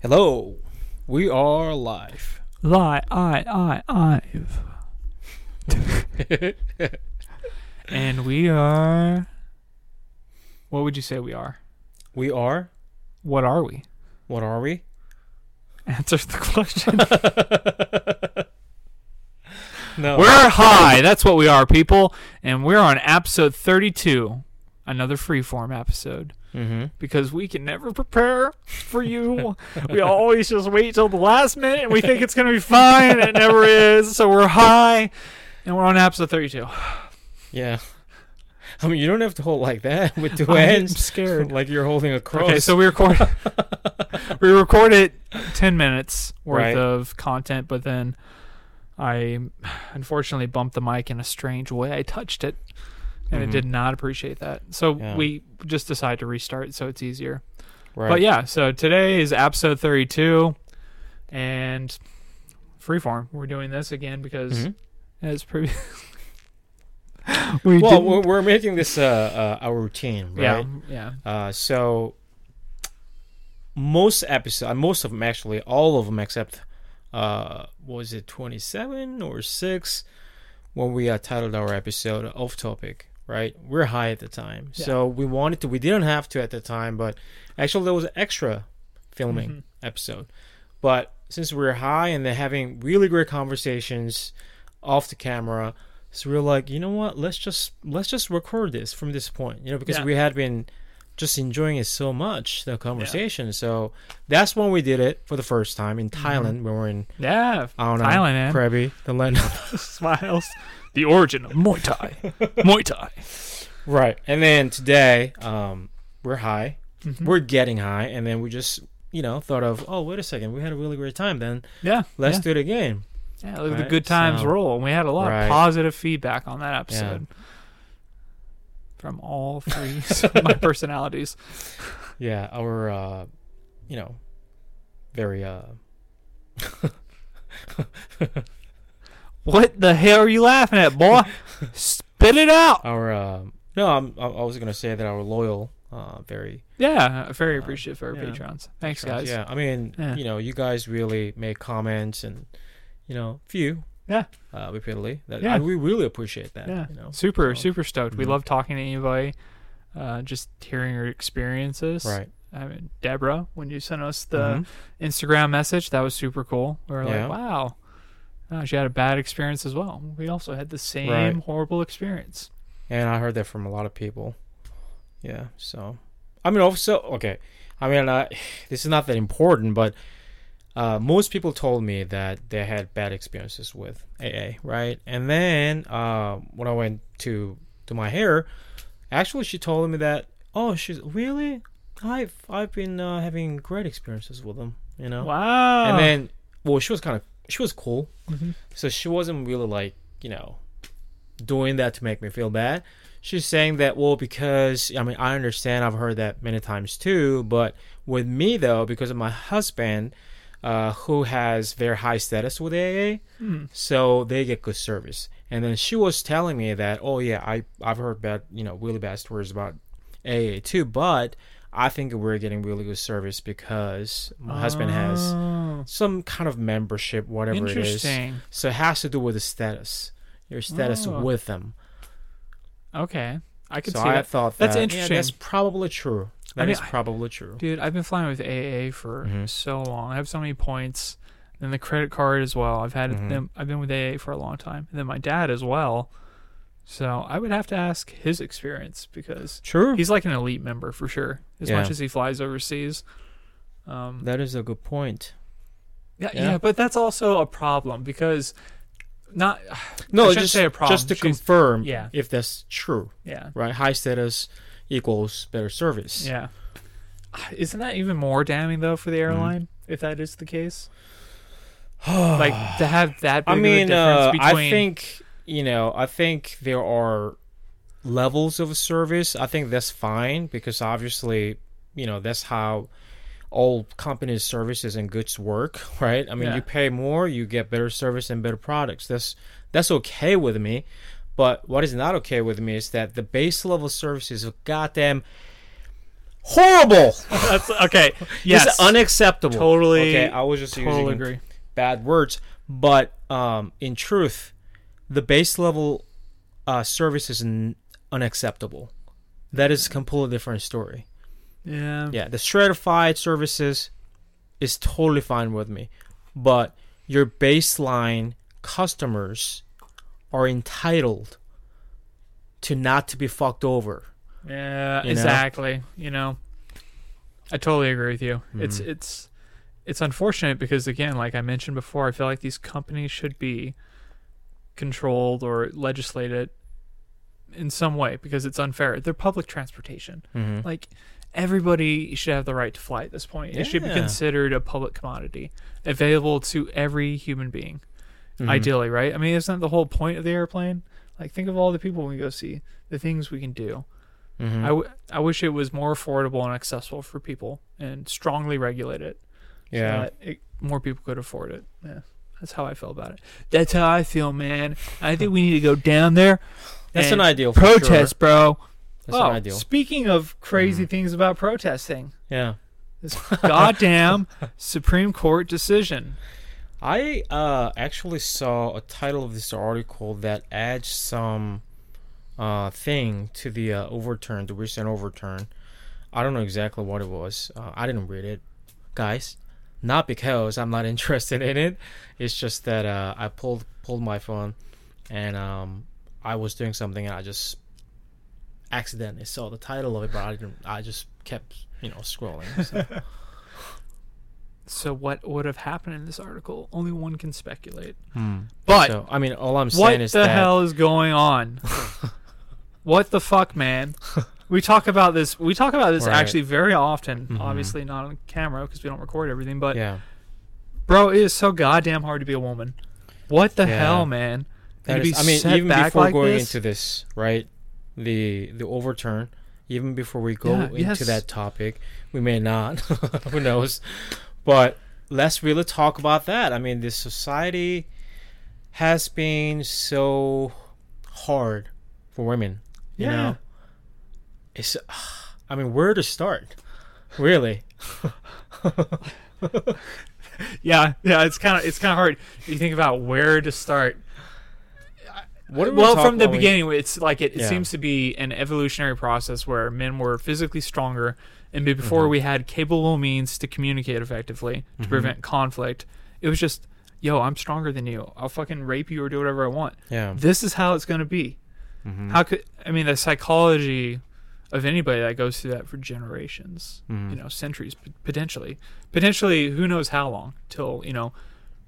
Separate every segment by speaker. Speaker 1: Hello, we are live.
Speaker 2: Lie, I, I, I've. and we are. What would you say we are?
Speaker 1: We are.
Speaker 2: What are we?
Speaker 1: What are we?
Speaker 2: Answers the question.
Speaker 1: No.
Speaker 2: we're high. That's what we are, people. And we're on episode 32, another freeform episode.
Speaker 1: mm-hmm.
Speaker 2: Because we can never prepare for you. we always just wait till the last minute and we think it's going to be fine. And it never is. So we're high. And we're on episode 32.
Speaker 1: Yeah. I mean, you don't have to hold like that with two
Speaker 2: I'm
Speaker 1: hands,
Speaker 2: scared.
Speaker 1: like you're holding a cross.
Speaker 2: Okay, so we record we recorded ten minutes worth
Speaker 1: Right.
Speaker 2: of content, but then I unfortunately bumped the mic in a strange way. I touched it, and
Speaker 1: Mhm.
Speaker 2: it did not appreciate that. So
Speaker 1: Yeah.
Speaker 2: we just decided to restart, so it's easier.
Speaker 1: right.
Speaker 2: But yeah, so today is episode thirty-two, and freeform. We're doing this again because
Speaker 1: Mhm.
Speaker 2: as previous. we
Speaker 1: well,
Speaker 2: didn't-
Speaker 1: we're, we're making this uh, uh, our routine,
Speaker 2: yeah,
Speaker 1: right?
Speaker 2: yeah,
Speaker 1: Uh, so most episodes, most of them actually, all of them except uh, what was it 27 or six when we uh, titled our episode "Off Topic." Right, we're high at the time,
Speaker 2: Yeah.
Speaker 1: so we wanted to. We didn't have to at the time, but actually there was an extra filming
Speaker 2: Mhm.
Speaker 1: episode. But since we we're high and they're having really great conversations off the camera, so we we're like, you know what? Let's just let's just record this from this point, you know, because
Speaker 2: Yeah.
Speaker 1: we had been just enjoying it so much the conversation. So that's when we did it for the first time in Thailand. when We were in
Speaker 2: yeah.
Speaker 1: I don't know
Speaker 2: Mm-hmm. Thailand, eh? man.
Speaker 1: Krabi, the land.
Speaker 2: smiles. The origin of Muay Thai. Muay Thai.
Speaker 1: right, and then today, um, we're high.
Speaker 2: Mm-hmm.
Speaker 1: We're getting high, and then we just you know thought of oh wait a second, we had a really great time. Then
Speaker 2: Yeah.
Speaker 1: let's
Speaker 2: yeah.
Speaker 1: do it again.
Speaker 2: yeah, look at
Speaker 1: Right,
Speaker 2: the good times
Speaker 1: so-
Speaker 2: roll. And we had a lot
Speaker 1: Right.
Speaker 2: of positive feedback on that episode. From all three of my personalities.
Speaker 1: Yeah, our uh you know very uh
Speaker 2: What the hell are you laughing at, boy? Spit it out.
Speaker 1: our uh, no, I'm, I I was going to say that our loyal uh very
Speaker 2: Yeah, very appreciative for our
Speaker 1: yeah.
Speaker 2: patrons. Thanks, guys.
Speaker 1: Yeah, I mean,
Speaker 2: Yeah.
Speaker 1: you know, you guys really make comments and you know, few
Speaker 2: Yeah.
Speaker 1: uh repeatedly. That
Speaker 2: Yeah.
Speaker 1: and we really appreciate that,
Speaker 2: Yeah.
Speaker 1: you know.
Speaker 2: Super,
Speaker 1: So-
Speaker 2: super stoked. We
Speaker 1: Mhm.
Speaker 2: love talking to anybody. Uh, just hearing your experiences.
Speaker 1: Right.
Speaker 2: I mean, Deborah, when you sent us the
Speaker 1: Mhm.
Speaker 2: Instagram message. That was super cool. We were
Speaker 1: Yeah.
Speaker 2: like, wow. Uh, she had a bad experience as well. We also had the same
Speaker 1: Right.
Speaker 2: horrible experience.
Speaker 1: And I heard that from a lot of people. Yeah, so I mean also okay. I mean uh, this is not that important, but uh, most people told me that they had bad experiences with AA, right? And then uh, when I went to to my hair, actually she told me that oh she's really I've I've been uh, having great experiences with them, you know.
Speaker 2: Wow.
Speaker 1: Oh. And then well she was kind of she was cool,
Speaker 2: Mhm.
Speaker 1: so she wasn't really like, you know, doing that to make me feel bad. She's saying that, well, because, I mean, I understand, I've heard that many times too, but with me though, because of my husband, uh, who has very high status with AA,
Speaker 2: Hmm.
Speaker 1: so they get good service. And then she was telling me that, oh yeah, I I've heard bad, you know, really bad stories about AA too, but I think we're getting really good service because my husband has
Speaker 2: Oh,
Speaker 1: some kind of membership, whatever it is.
Speaker 2: Interesting.
Speaker 1: So it has to do with the status, your status
Speaker 2: Oh.
Speaker 1: with them.
Speaker 2: Okay. I could
Speaker 1: so
Speaker 2: see
Speaker 1: I
Speaker 2: that.
Speaker 1: thought
Speaker 2: That's
Speaker 1: that-
Speaker 2: interesting.
Speaker 1: Yeah, that's probably true. That is
Speaker 2: mean, I-
Speaker 1: probably true.
Speaker 2: Dude, I've been flying with AA for
Speaker 1: Mhm.
Speaker 2: so long. I have so many points. And the credit card as well. I've had
Speaker 1: Mhm.
Speaker 2: them. I've been with AA for a long time. And then my dad as well. So I would have to ask his experience because
Speaker 1: True.
Speaker 2: he's like an elite member for sure. As
Speaker 1: Yeah.
Speaker 2: much as he flies overseas. Um,
Speaker 1: That is a good point.
Speaker 2: Yeah,
Speaker 1: Yeah.
Speaker 2: yeah, but that's also a problem because not
Speaker 1: No,
Speaker 2: shouldn't
Speaker 1: just
Speaker 2: say a problem.
Speaker 1: just to
Speaker 2: She's-
Speaker 1: confirm
Speaker 2: yeah.
Speaker 1: if that's true,
Speaker 2: yeah,
Speaker 1: right? High status equals better service.
Speaker 2: yeah. Isn't that even more damning though for the
Speaker 1: Mm-hmm.
Speaker 2: airline if that is the case? like to have that big
Speaker 1: I mean,
Speaker 2: of a difference
Speaker 1: uh,
Speaker 2: between
Speaker 1: I think you know. I think there are levels of service. I think that's fine because obviously, you know, that's how all companies' services and goods work, right? I mean,
Speaker 2: Yeah.
Speaker 1: you pay more, you get better service and better products. That's that's okay with me. But what is not okay with me is that the base level services of goddamn horrible.
Speaker 2: That's okay.
Speaker 1: Yes.
Speaker 2: Yes.
Speaker 1: unacceptable.
Speaker 2: Totally-
Speaker 1: Okay, I was just
Speaker 2: totally
Speaker 1: using
Speaker 2: agree.
Speaker 1: bad words, but um, in truth, the base level uh, service is n- unacceptable. That is a completely different story.
Speaker 2: yeah.
Speaker 1: Yeah, the stratified services is totally fine with me, but your baseline customers are entitled to not to be fucked over.
Speaker 2: Yeah,
Speaker 1: You know?
Speaker 2: exactly. You know, I totally agree with you.
Speaker 1: Hmm.
Speaker 2: It's it's it's unfortunate because again, like I mentioned before, I feel like these companies should be controlled or legislated in some way because it's unfair. They're public transportation. Like everybody should have the right to fly at this point. It should be
Speaker 1: Yeah.
Speaker 2: considered a public commodity available to every human being.
Speaker 1: Mm-hmm.
Speaker 2: Ideally, right? I mean, isn't that the whole point of the airplane? Like think of all the people we go see, the things we can do.
Speaker 1: Mm-hmm.
Speaker 2: I, w- I wish it was more affordable and accessible for people and strongly regulate it so
Speaker 1: Yeah.
Speaker 2: that it, more people could afford it. Yeah. That's how I feel about it. That's how I feel, man. I think we need to go down there.
Speaker 1: That's
Speaker 2: and
Speaker 1: an ideal for sure.
Speaker 2: protest, bro.
Speaker 1: That's
Speaker 2: oh,
Speaker 1: an ideal.
Speaker 2: speaking of
Speaker 1: Mm-hmm.
Speaker 2: crazy things about protesting,
Speaker 1: Yeah.
Speaker 2: this goddamn Supreme Court decision.
Speaker 1: I uh, actually saw a title of this article that adds some uh, thing to the uh, overturn, the recent overturn. I don't know exactly what it was. Uh, I didn't read it, guys. Not because I'm not interested in it. It's just that uh, I pulled pulled my phone, and um, I was doing something, and I just accidentally saw the title of it, but I didn't. I just kept you know scrolling. So.
Speaker 2: So, what would have happened in this article? Only one can speculate.
Speaker 1: Hmm.
Speaker 2: But
Speaker 1: So, I mean, all I'm
Speaker 2: What
Speaker 1: saying
Speaker 2: the
Speaker 1: is that
Speaker 2: hell is going on? what the fuck, man? We talk about this. We talk about this
Speaker 1: Right. Mm-hmm.
Speaker 2: actually very often. Obviously, not on camera because we don't record everything. But
Speaker 1: yeah.
Speaker 2: bro, it is so goddamn hard to be a woman. What the
Speaker 1: Yeah.
Speaker 2: hell, man?
Speaker 1: That
Speaker 2: And to
Speaker 1: is,
Speaker 2: be
Speaker 1: I mean,
Speaker 2: set
Speaker 1: even
Speaker 2: back
Speaker 1: before
Speaker 2: like
Speaker 1: going
Speaker 2: this?
Speaker 1: into this, right? The the overturn. Even before we go
Speaker 2: Yeah,
Speaker 1: into
Speaker 2: yes.
Speaker 1: that topic, we may not. Who knows? But let's really talk about that. I mean, this society has been so hard for women. You
Speaker 2: Yeah.
Speaker 1: know, it's. I mean, where to start? Really?
Speaker 2: yeah, yeah, it's kind of it's kind of hard. You think about where to start.
Speaker 1: What are we
Speaker 2: well
Speaker 1: talk-
Speaker 2: from the
Speaker 1: when we-
Speaker 2: beginning it's like it, it
Speaker 1: Yeah.
Speaker 2: seems to be an evolutionary process where men were physically stronger and be-
Speaker 1: Mm-hmm.
Speaker 2: before we had capable means to communicate effectively to prevent conflict it was just yo i'm stronger than you i'll fucking rape you or do whatever i want
Speaker 1: yeah.
Speaker 2: this is how it's going to be
Speaker 1: Mm-hmm.
Speaker 2: how could i mean the psychology of anybody that goes through that for generations
Speaker 1: Mm-hmm.
Speaker 2: you know centuries p- potentially potentially who knows how long till you know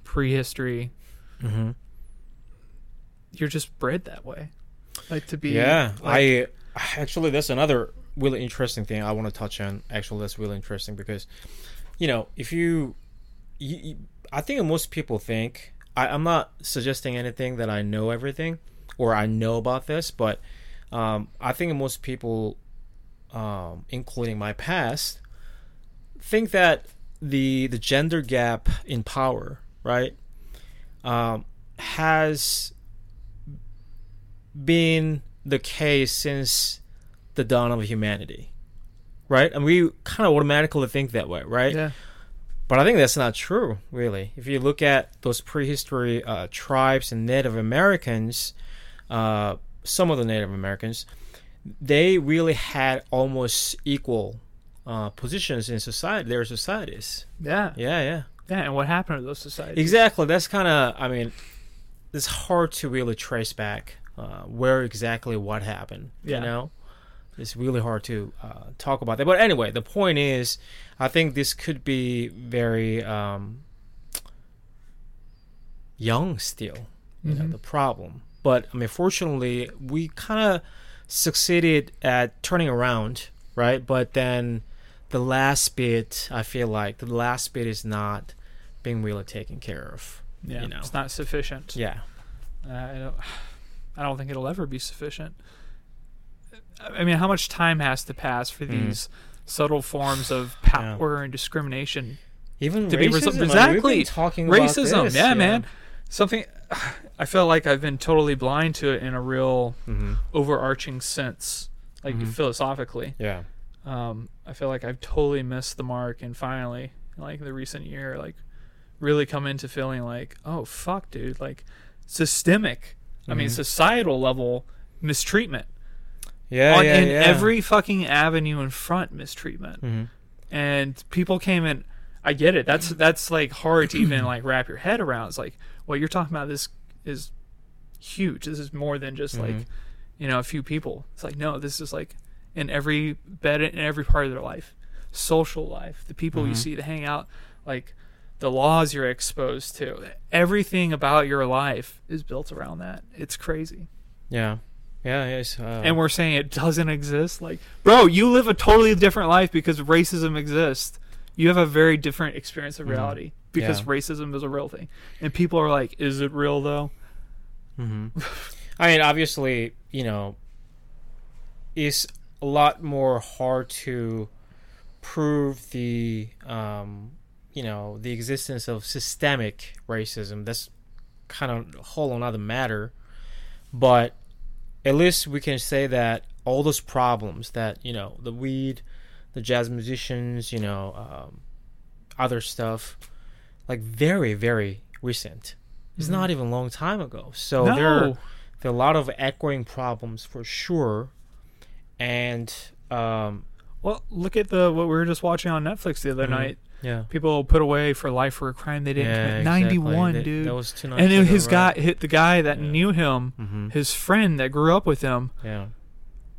Speaker 2: prehistory
Speaker 1: Mhm.
Speaker 2: you're just bred that way like to be
Speaker 1: Yeah,
Speaker 2: like,
Speaker 1: I actually that's another really interesting thing I want to touch on. Actually, that's really interesting because you know if you, you, you I think most people think I, I'm not suggesting anything that I know everything or I know about this, but um, I think most people, um, including my past, think that the the gender gap in power, right, um, has been the case since the dawn of humanity, right? And we kind of automatically think that way, right?
Speaker 2: yeah
Speaker 1: But I think that's not true, really. If you look at those prehistory uh, tribes and Native Americans, uh, some of the Native Americans, they really had almost equal uh, positions in society, their societies.
Speaker 2: yeah
Speaker 1: Yeah, yeah.
Speaker 2: yeah and what happened to those societies
Speaker 1: Exactly. That's kind of, I mean, it's hard to really trace back uh, where exactly what happened.
Speaker 2: Yeah.
Speaker 1: You know, it's really hard to uh, talk about that. But anyway, the point is, I think this could be very um, young still,
Speaker 2: Mm-hmm.
Speaker 1: you know, the problem. But I mean, fortunately, we kind of succeeded at turning around, right? But then the last bit, I feel like the last bit is not being really taken care of.
Speaker 2: yeah
Speaker 1: you know.
Speaker 2: it's not sufficient
Speaker 1: Yeah.
Speaker 2: Uh, I don't, I don't think it'll ever be sufficient. I mean, how much time has to pass for these subtle forms of power and discrimination
Speaker 1: Even
Speaker 2: to
Speaker 1: racism.
Speaker 2: be
Speaker 1: I
Speaker 2: resolved?
Speaker 1: mean, we've
Speaker 2: Exactly,
Speaker 1: been talking about
Speaker 2: racism.
Speaker 1: this,
Speaker 2: yeah, man. Something. I feel like I've been totally blind to it in a real
Speaker 1: Mhm.
Speaker 2: overarching sense, like philosophically.
Speaker 1: Yeah.
Speaker 2: Um, I feel like I've totally missed the mark, and finally, like the recent year, like really come into feeling like, oh fuck, dude, like systemic. I mean,
Speaker 1: Mhm.
Speaker 2: societal level mistreatment
Speaker 1: Yeah,
Speaker 2: on
Speaker 1: yeah,
Speaker 2: in
Speaker 1: yeah.
Speaker 2: every fucking avenue in front, mistreatment
Speaker 1: Mhm.
Speaker 2: and people came in i get it that's that's like hard to even like wrap your head around it's like what you're talking about this is huge this is more than just
Speaker 1: Mhm.
Speaker 2: like you know a few people it's like no this is like in every bed in every part of their life social life the people you
Speaker 1: Mhm.
Speaker 2: see that hang out like the laws you're exposed to everything about your life is built around that it's crazy
Speaker 1: yeah, yeah, yes. Uh,
Speaker 2: and we're saying it doesn't exist. Like, bro, you live a totally different life because racism exists. You have a very different experience of reality because
Speaker 1: Mm-hmm. Yeah.
Speaker 2: racism is a real thing. And people are like, is it real though?
Speaker 1: hmm I mean, obviously, you know, it's a lot more hard to prove the, um, you know, the existence of systemic racism. That's kind of a whole another matter. But at least we can say that all those problems that, you know, the weed, the jazz musicians, you know, um, other stuff, like very, very recent. It's not even a long time ago. So there, are,
Speaker 2: no.
Speaker 1: there are a lot of echoing problems for sure. And um,
Speaker 2: Well, look at the what we were just watching on Netflix the other
Speaker 1: Mhm.
Speaker 2: night.
Speaker 1: yeah,
Speaker 2: People put away for life for a crime they didn't commit. Ninety one,
Speaker 1: That-
Speaker 2: dude.
Speaker 1: That was two
Speaker 2: and then his guy hit the guy that
Speaker 1: Yeah.
Speaker 2: knew him,
Speaker 1: Mm-hmm.
Speaker 2: his friend that grew up with him.
Speaker 1: Yeah,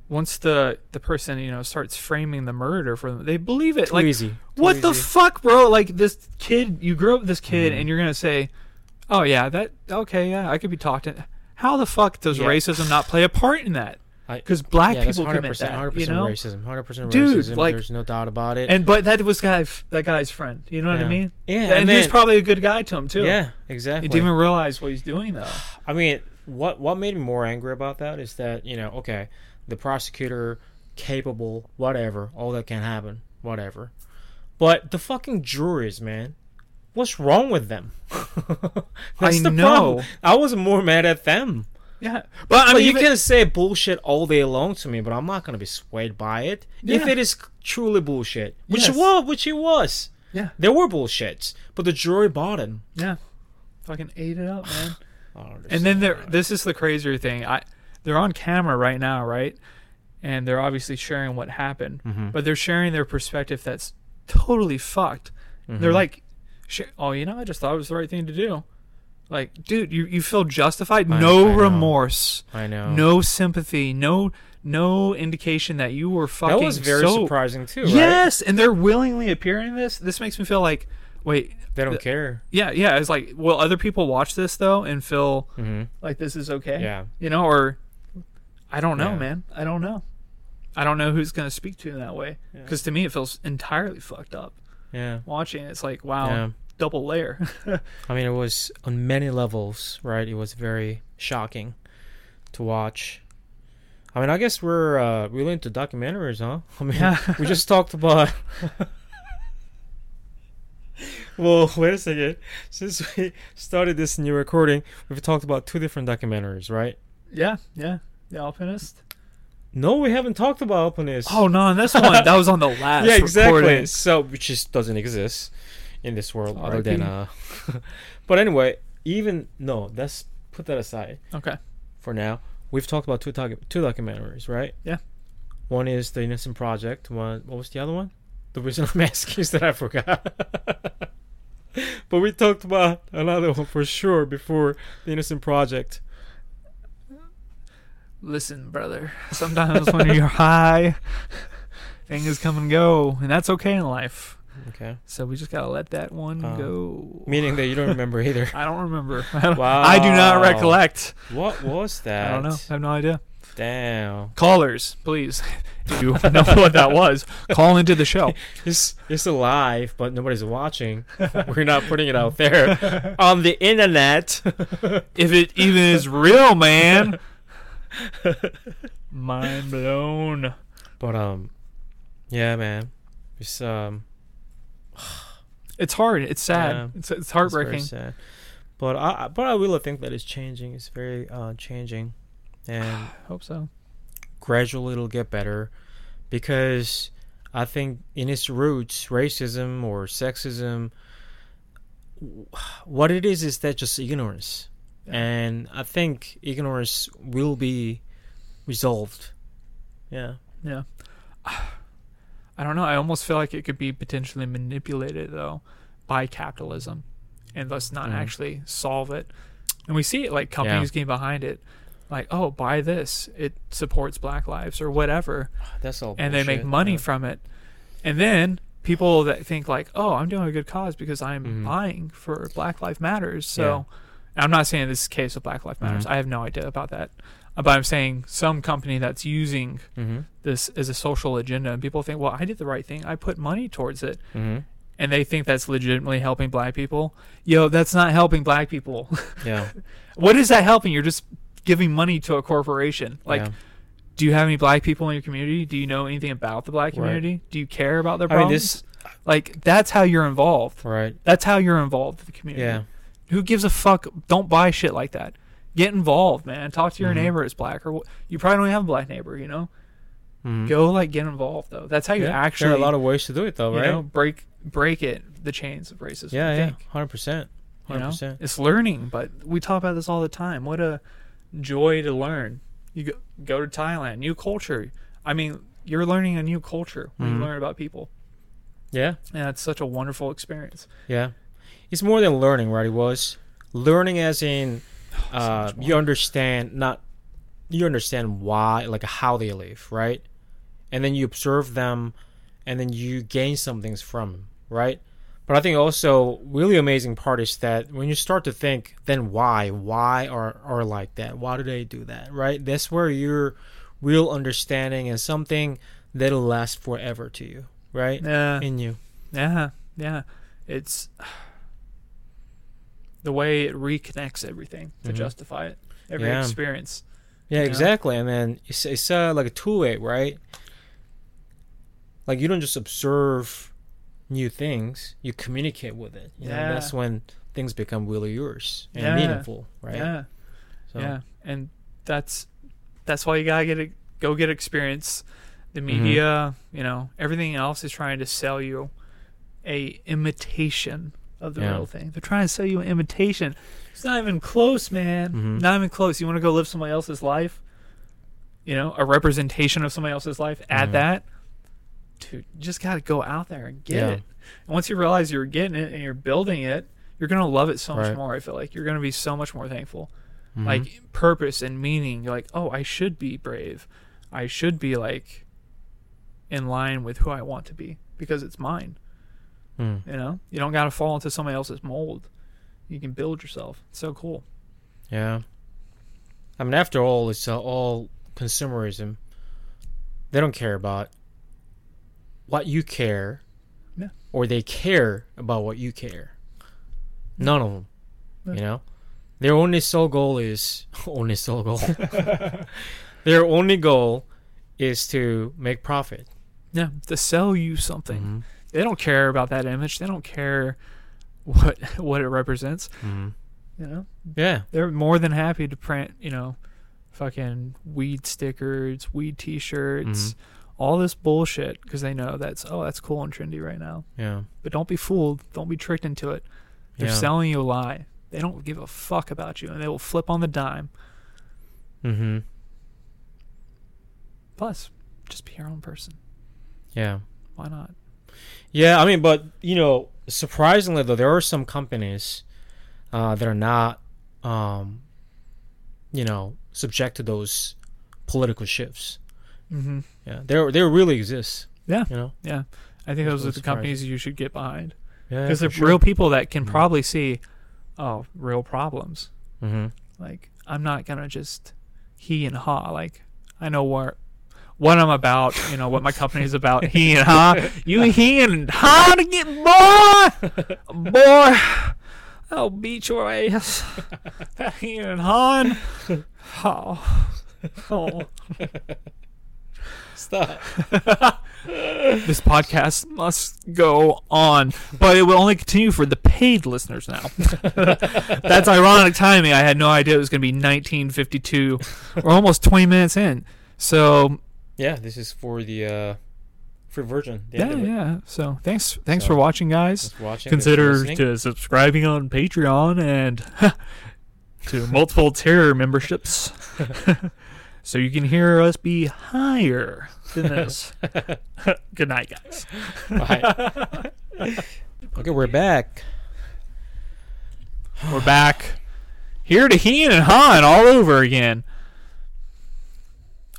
Speaker 2: Once the the person you know starts framing the murder for them, they believe it.
Speaker 1: too
Speaker 2: like
Speaker 1: easy. Too
Speaker 2: What the
Speaker 1: easy.
Speaker 2: fuck, bro? Like this kid, you grew up with this kid,
Speaker 1: Mhm.
Speaker 2: and you're gonna say, "Oh yeah, that okay, yeah, I could be talked to." How the fuck does
Speaker 1: Yeah.
Speaker 2: racism not play a part in that?
Speaker 1: I-
Speaker 2: Because black
Speaker 1: yeah, that's
Speaker 2: people
Speaker 1: 100
Speaker 2: commit that,
Speaker 1: percent, 100
Speaker 2: you
Speaker 1: percent
Speaker 2: know.
Speaker 1: racism, 100 percent
Speaker 2: Dude,
Speaker 1: racism.
Speaker 2: like-
Speaker 1: there's no doubt about it.
Speaker 2: And but that was guy, that guy's friend. You know what I
Speaker 1: Yeah.
Speaker 2: mean?
Speaker 1: yeah,
Speaker 2: And, he was
Speaker 1: then-
Speaker 2: probably a good guy to him too.
Speaker 1: yeah,
Speaker 2: He
Speaker 1: exactly.
Speaker 2: didn't even realize what he's doing though.
Speaker 1: I mean, what what made me more angry about that is that you know, okay, the prosecutor, capable, whatever, all that can happen, whatever, but the fucking juries, man, what's wrong with them? That's
Speaker 2: I
Speaker 1: the
Speaker 2: know.
Speaker 1: problem. I was more mad at them.
Speaker 2: Yeah, but I
Speaker 1: But
Speaker 2: mean,
Speaker 1: you
Speaker 2: even-
Speaker 1: can say bullshit all day long to me, but I'm not gonna be swayed by it if
Speaker 2: Yeah.
Speaker 1: it is truly bullshit, which
Speaker 2: Yes.
Speaker 1: it was, which it was.
Speaker 2: Yeah.
Speaker 1: there were bullshits, but the jury bought Oh, him.
Speaker 2: yeah, fucking ate it up, man.
Speaker 1: I don't
Speaker 2: And then
Speaker 1: understand
Speaker 2: they're,
Speaker 1: that.
Speaker 2: this is the crazier thing. I they're on camera right now, right? And they're obviously sharing what happened,
Speaker 1: Mhm.
Speaker 2: but they're sharing their perspective that's totally fucked. They're
Speaker 1: Mhm.
Speaker 2: like, "Sh- "Oh, you know, I just thought it was the right thing to do." Like, dude, you you feel
Speaker 1: I-
Speaker 2: justified? no
Speaker 1: I know. Oh.
Speaker 2: remorse,
Speaker 1: I know.
Speaker 2: no sympathy, no no indication that you were fucking
Speaker 1: that was very
Speaker 2: so-
Speaker 1: surprising too. right?
Speaker 2: Yes, and they're willingly appearing in this. This makes me feel like, wait,
Speaker 1: They don't
Speaker 2: th-
Speaker 1: care.
Speaker 2: yeah, yeah. It's like, will other people watch this though and feel
Speaker 1: Mm-hmm.
Speaker 2: like this is okay?
Speaker 1: Yeah.
Speaker 2: you know, or I don't know,
Speaker 1: Yeah.
Speaker 2: man. I don't know. I don't know who's going to speak to you in that way.
Speaker 1: Yeah.
Speaker 2: Because to me, it feels entirely fucked up
Speaker 1: Yeah.
Speaker 2: watching. It, it's like, wow,
Speaker 1: Yeah.
Speaker 2: double layer.
Speaker 1: I mean, it was on many levels, right? It was very shocking to watch. I mean, I guess we're uh, really into documentaries, huh? I mean,
Speaker 2: Yeah.
Speaker 1: we just talked about. well, wait a second. Since we started this new recording, we've talked about two different documentaries, right?
Speaker 2: yeah, yeah. The Alpinist.
Speaker 1: No, we haven't talked about openness.
Speaker 2: Oh no, and this one that was on the last.
Speaker 1: yeah, exactly.
Speaker 2: recording.
Speaker 1: So, which just doesn't exist in this world other
Speaker 2: R.I.P.
Speaker 1: than. Uh, but anyway, even no, that's put that aside
Speaker 2: Okay.
Speaker 1: for now. We've talked about two docu- two documentaries, right?
Speaker 2: Yeah.
Speaker 1: One is the Innocent Project. One, what was the other one? The reason I'm asking is that I forgot. but we talked about another one for sure before the Innocent Project.
Speaker 2: Listen, brother. Sometimes when you're high, things come and go, and that's okay in life.
Speaker 1: Okay.
Speaker 2: So we just gotta let that one
Speaker 1: Um,
Speaker 2: go.
Speaker 1: Meaning that you don't remember either.
Speaker 2: I don't remember. I, don't,
Speaker 1: Wow.
Speaker 2: I do not recollect.
Speaker 1: What was that?
Speaker 2: I don't know. I have no idea.
Speaker 1: Damn.
Speaker 2: callers, please, if you know what that was, call into the show.
Speaker 1: It's it's alive, but nobody's watching. We're not putting it out there on the internet.
Speaker 2: If it even is real, man. Mind blown.
Speaker 1: But um, yeah, man, it's um,
Speaker 2: It's hard. It's sad.
Speaker 1: Yeah.
Speaker 2: It's, it's
Speaker 1: it's very
Speaker 2: heartbreaking.
Speaker 1: sad. But I I- but I really think that it's changing. It's very uh changing, and
Speaker 2: Hope so.
Speaker 1: gradually it'll get better, because I think in its roots, racism or sexism, w- what it is is that just ignorance,
Speaker 2: Yeah.
Speaker 1: and I think ignorance will be resolved. Yeah,
Speaker 2: Yeah. I don't know. I almost feel like it could be potentially manipulated though by capitalism and thus not
Speaker 1: Mhm.
Speaker 2: actually solve it. And we see it like companies getting behind it. Like, oh, buy this. It supports black lives or whatever.
Speaker 1: that's all.
Speaker 2: and they make
Speaker 1: bullshit,
Speaker 2: money
Speaker 1: Oh, yeah.
Speaker 2: from it. And then people that think like, "Oh, I'm doing a good cause because I'm
Speaker 1: Mhm.
Speaker 2: buying for Black Life Matters." So, and I'm not saying this is the case with Black Life Matters.
Speaker 1: Mhm.
Speaker 2: I have no idea about that. Uh, But I'm saying some company that's using
Speaker 1: Mhm.
Speaker 2: this as a social agenda, and people think, "Well, I did the right thing. I put money towards it,"
Speaker 1: Mhm.
Speaker 2: and they think that's legitimately helping Black people. Yo, that's not helping Black people.
Speaker 1: Yeah.
Speaker 2: what is that helping? You're just giving money to a corporation. Like,
Speaker 1: yeah.
Speaker 2: do you have any black people in your community? Do you know anything about the black
Speaker 1: Right.
Speaker 2: community? Do you care about their
Speaker 1: I mean this.
Speaker 2: problems? like that's how you're involved.
Speaker 1: Right.
Speaker 2: That's how you're involved with the community.
Speaker 1: Yeah.
Speaker 2: Who gives a fuck? Don't buy shit like that. Get involved, man. Talk to your
Speaker 1: Mhm.
Speaker 2: neighbor that's black, or wh- you probably don't have a black neighbor. You know,
Speaker 1: Mhm.
Speaker 2: go like get involved though. That's how you
Speaker 1: Yeah,
Speaker 2: actually
Speaker 1: there are a lot of ways to do it though,
Speaker 2: you
Speaker 1: right?
Speaker 2: know break break it the chains of racism.
Speaker 1: yeah,
Speaker 2: I
Speaker 1: yeah,
Speaker 2: think,
Speaker 1: hundred percent,
Speaker 2: you
Speaker 1: hundred
Speaker 2: know,
Speaker 1: percent.
Speaker 2: it's learning, but we talk about this all the time. What a joy to learn. You go, go to Thailand, new culture. I mean, you're learning a new culture when
Speaker 1: Mhm.
Speaker 2: you learn about people,
Speaker 1: Yeah,
Speaker 2: and it's such a wonderful experience.
Speaker 1: yeah. It's more than learning, right? It was learning as in uh,
Speaker 2: much
Speaker 1: you understand not you understand why, like how they live, right? And then you observe them, and then you gain some things from them, right? But I think also really amazing part is that when you start to think, then why, why are are like that? Why do they do that, right? That's where your real understanding and something that'll last forever to you, right?
Speaker 2: Yeah,
Speaker 1: In you.
Speaker 2: yeah, yeah. It's the way it reconnects everything to
Speaker 1: Mhm.
Speaker 2: justify it. Every
Speaker 1: Yeah.
Speaker 2: experience.
Speaker 1: Yeah,
Speaker 2: you know?
Speaker 1: exactly. And then it's it's uh, like a two way, right? Like you don't just observe new things; you communicate with it. You know,
Speaker 2: Yeah.
Speaker 1: that's when things become really yours and
Speaker 2: Yeah.
Speaker 1: meaningful, right?
Speaker 2: Yeah,
Speaker 1: So,
Speaker 2: yeah. And that's that's why you gotta get a, go get experience. The
Speaker 1: Mm-hmm.
Speaker 2: media, you know, everything else is trying to sell you a imitation of the
Speaker 1: Yeah.
Speaker 2: real thing. They're trying to sell you an imitation. It's not even close, man.
Speaker 1: Mhm.
Speaker 2: Not even close. You want to go live somebody else's life? You know, a representation of somebody else's life. Add
Speaker 1: Mhm.
Speaker 2: that. Dude, you just got to go out there and get
Speaker 1: Yeah.
Speaker 2: it. And once you realize you're getting it and you're building it, you're going to love it so much
Speaker 1: Right.
Speaker 2: more. I feel like you're going to be so much more thankful.
Speaker 1: Mhm.
Speaker 2: Like purpose and meaning. You're like, "Oh, I should be brave. I should be like in line with who I want to be because it's mine."
Speaker 1: Mm.
Speaker 2: You know, you don't got to fall into somebody else's mold. You can build yourself. It's so cool.
Speaker 1: yeah. I mean, after all, it's uh, all consumerism. They don't care about what you care,
Speaker 2: Yeah.
Speaker 1: or they care about what you care. None of them.
Speaker 2: Yeah.
Speaker 1: You know, their only sole goal is only sole goal. their only goal is to make profit.
Speaker 2: Yeah, to sell you something.
Speaker 1: Mhm.
Speaker 2: They don't care about that image. They don't care what what it represents.
Speaker 1: Mhm.
Speaker 2: You know,
Speaker 1: Yeah.
Speaker 2: they're more than happy to print. You know, fucking weed stickers, weed T-shirts,
Speaker 1: Mm-hmm.
Speaker 2: all this bullshit because they know that's oh that's cool and trendy right now.
Speaker 1: Yeah.
Speaker 2: But don't be fooled. Don't be tricked into it. They're
Speaker 1: yeah.
Speaker 2: selling you a lie. They don't give a fuck about you, and they will flip on the dime.
Speaker 1: Mhm.
Speaker 2: Plus, just be your own person.
Speaker 1: Yeah.
Speaker 2: Why not?
Speaker 1: Yeah, I mean, but you know, surprisingly though, there are some companies uh, that are not, um, you know, subject to those political shifts.
Speaker 2: Mm-hmm.
Speaker 1: Yeah, there there really exists.
Speaker 2: Yeah.
Speaker 1: you know,
Speaker 2: Yeah, I think
Speaker 1: That's
Speaker 2: those are
Speaker 1: what's
Speaker 2: the companies you should get behind
Speaker 1: yeah,
Speaker 2: because
Speaker 1: for
Speaker 2: they're
Speaker 1: sure.
Speaker 2: real people that can
Speaker 1: Mhm.
Speaker 2: probably see, oh, real problems.
Speaker 1: Mhm.
Speaker 2: Like I'm not gonna just he and ha. Like I know what what I'm about. You know what my company's about. He and ha. You he and ha to get boy boy. I'll beat your ass. he and han. Oh. oh.
Speaker 1: Stop.
Speaker 2: this podcast must go on, but it will only continue for the paid listeners now. That's ironic timing. I had no idea it was going to be 1952. We're almost 20 minutes in. So,
Speaker 1: Yeah, this is for the uh, Free version. The
Speaker 2: Yeah,
Speaker 1: end
Speaker 2: yeah.
Speaker 1: of it.
Speaker 2: So thanks, thanks
Speaker 1: So-
Speaker 2: for watching, guys.
Speaker 1: Just watching. thanks for
Speaker 2: Consider
Speaker 1: listening.
Speaker 2: to subscribing on Patreon and to multiple tier memberships, so you can hear us be higher than this. Good night, guys.
Speaker 1: Bye. okay, we're back.
Speaker 2: We're back here to Heen and Han all over again.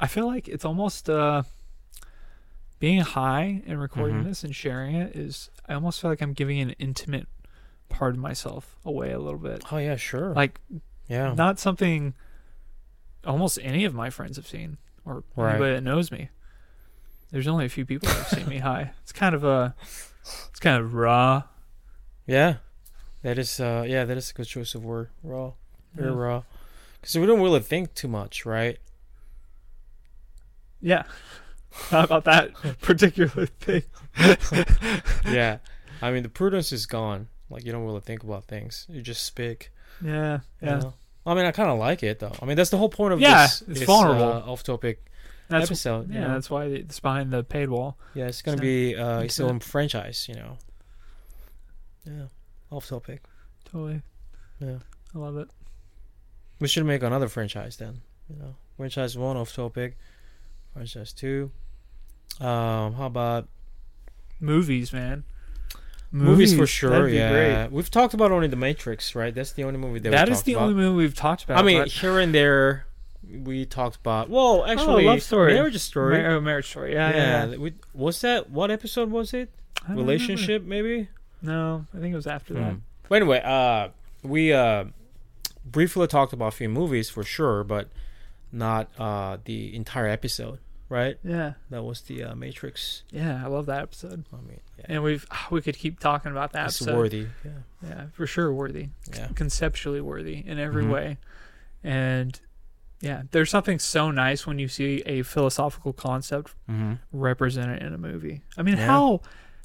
Speaker 2: I feel like it's almost uh, being high and recording
Speaker 1: Mhm.
Speaker 2: this and sharing it is. I almost feel like I'm giving an intimate part of myself away a little bit.
Speaker 1: Oh yeah, sure.
Speaker 2: Like
Speaker 1: yeah.
Speaker 2: not something almost any of my friends have seen or
Speaker 1: Right.
Speaker 2: anybody that knows me. There's only a few people that have seen me high. It's kind of a, it's kind of raw.
Speaker 1: Yeah, that is uh yeah that is a good choice of word. Raw, very
Speaker 2: Yeah.
Speaker 1: raw. Because we don't really think too much, right?
Speaker 2: Yeah. Not about that particular thing.
Speaker 1: yeah, I mean the prudence is gone. Like you don't really think about things. You just speak.
Speaker 2: Yeah,
Speaker 1: you
Speaker 2: yeah.
Speaker 1: know? I mean, I kind of like it though. I mean, that's the whole point of
Speaker 2: Yeah,
Speaker 1: this.
Speaker 2: it's
Speaker 1: this,
Speaker 2: vulnerable.
Speaker 1: uh, off-topic
Speaker 2: That's
Speaker 1: episode.
Speaker 2: yeah,
Speaker 1: you know?
Speaker 2: that's why it's behind the paid wall.
Speaker 1: yeah. It's gonna
Speaker 2: so-
Speaker 1: be uh,
Speaker 2: into
Speaker 1: it's still
Speaker 2: it.
Speaker 1: in franchise, you know. Yeah, off-topic.
Speaker 2: Totally.
Speaker 1: Yeah.
Speaker 2: I love it.
Speaker 1: We should make another franchise then. You know, franchise one off topic, franchise two. Um, how about
Speaker 2: Movies, man.
Speaker 1: movies, for sure?
Speaker 2: that'd be
Speaker 1: yeah, we've talked about only The Matrix, right? That's the only movie that
Speaker 2: great. That
Speaker 1: we
Speaker 2: is
Speaker 1: talked
Speaker 2: the
Speaker 1: about.
Speaker 2: only movie we've talked about.
Speaker 1: I mean,
Speaker 2: but-
Speaker 1: here and there, we talked about. Well, actually,
Speaker 2: Oh, Love Story.
Speaker 1: marriage story.
Speaker 2: Mar- oh, marriage story. Yeah,
Speaker 1: yeah,
Speaker 2: yeah. yeah.
Speaker 1: We, was that what episode was it?
Speaker 2: I don't
Speaker 1: Relationship, maybe.
Speaker 2: remember. No, I think it was after that.
Speaker 1: Hmm. But anyway, uh, we uh, briefly talked about a few movies for sure, but not uh, the entire episode, right?
Speaker 2: Yeah,
Speaker 1: That was the uh, Matrix.
Speaker 2: yeah. I love that episode.
Speaker 1: I mean, yeah,
Speaker 2: And we've ah, we could keep talking about that
Speaker 1: it's
Speaker 2: episode.
Speaker 1: worthy. Yeah,
Speaker 2: Yeah, for sure worthy.
Speaker 1: yeah,
Speaker 2: conceptually worthy in every
Speaker 1: Mhm.
Speaker 2: way. And yeah, there's something so nice when you see a philosophical concept
Speaker 1: mm-hmm.
Speaker 2: represented in a movie. I mean,
Speaker 1: Yeah.
Speaker 2: how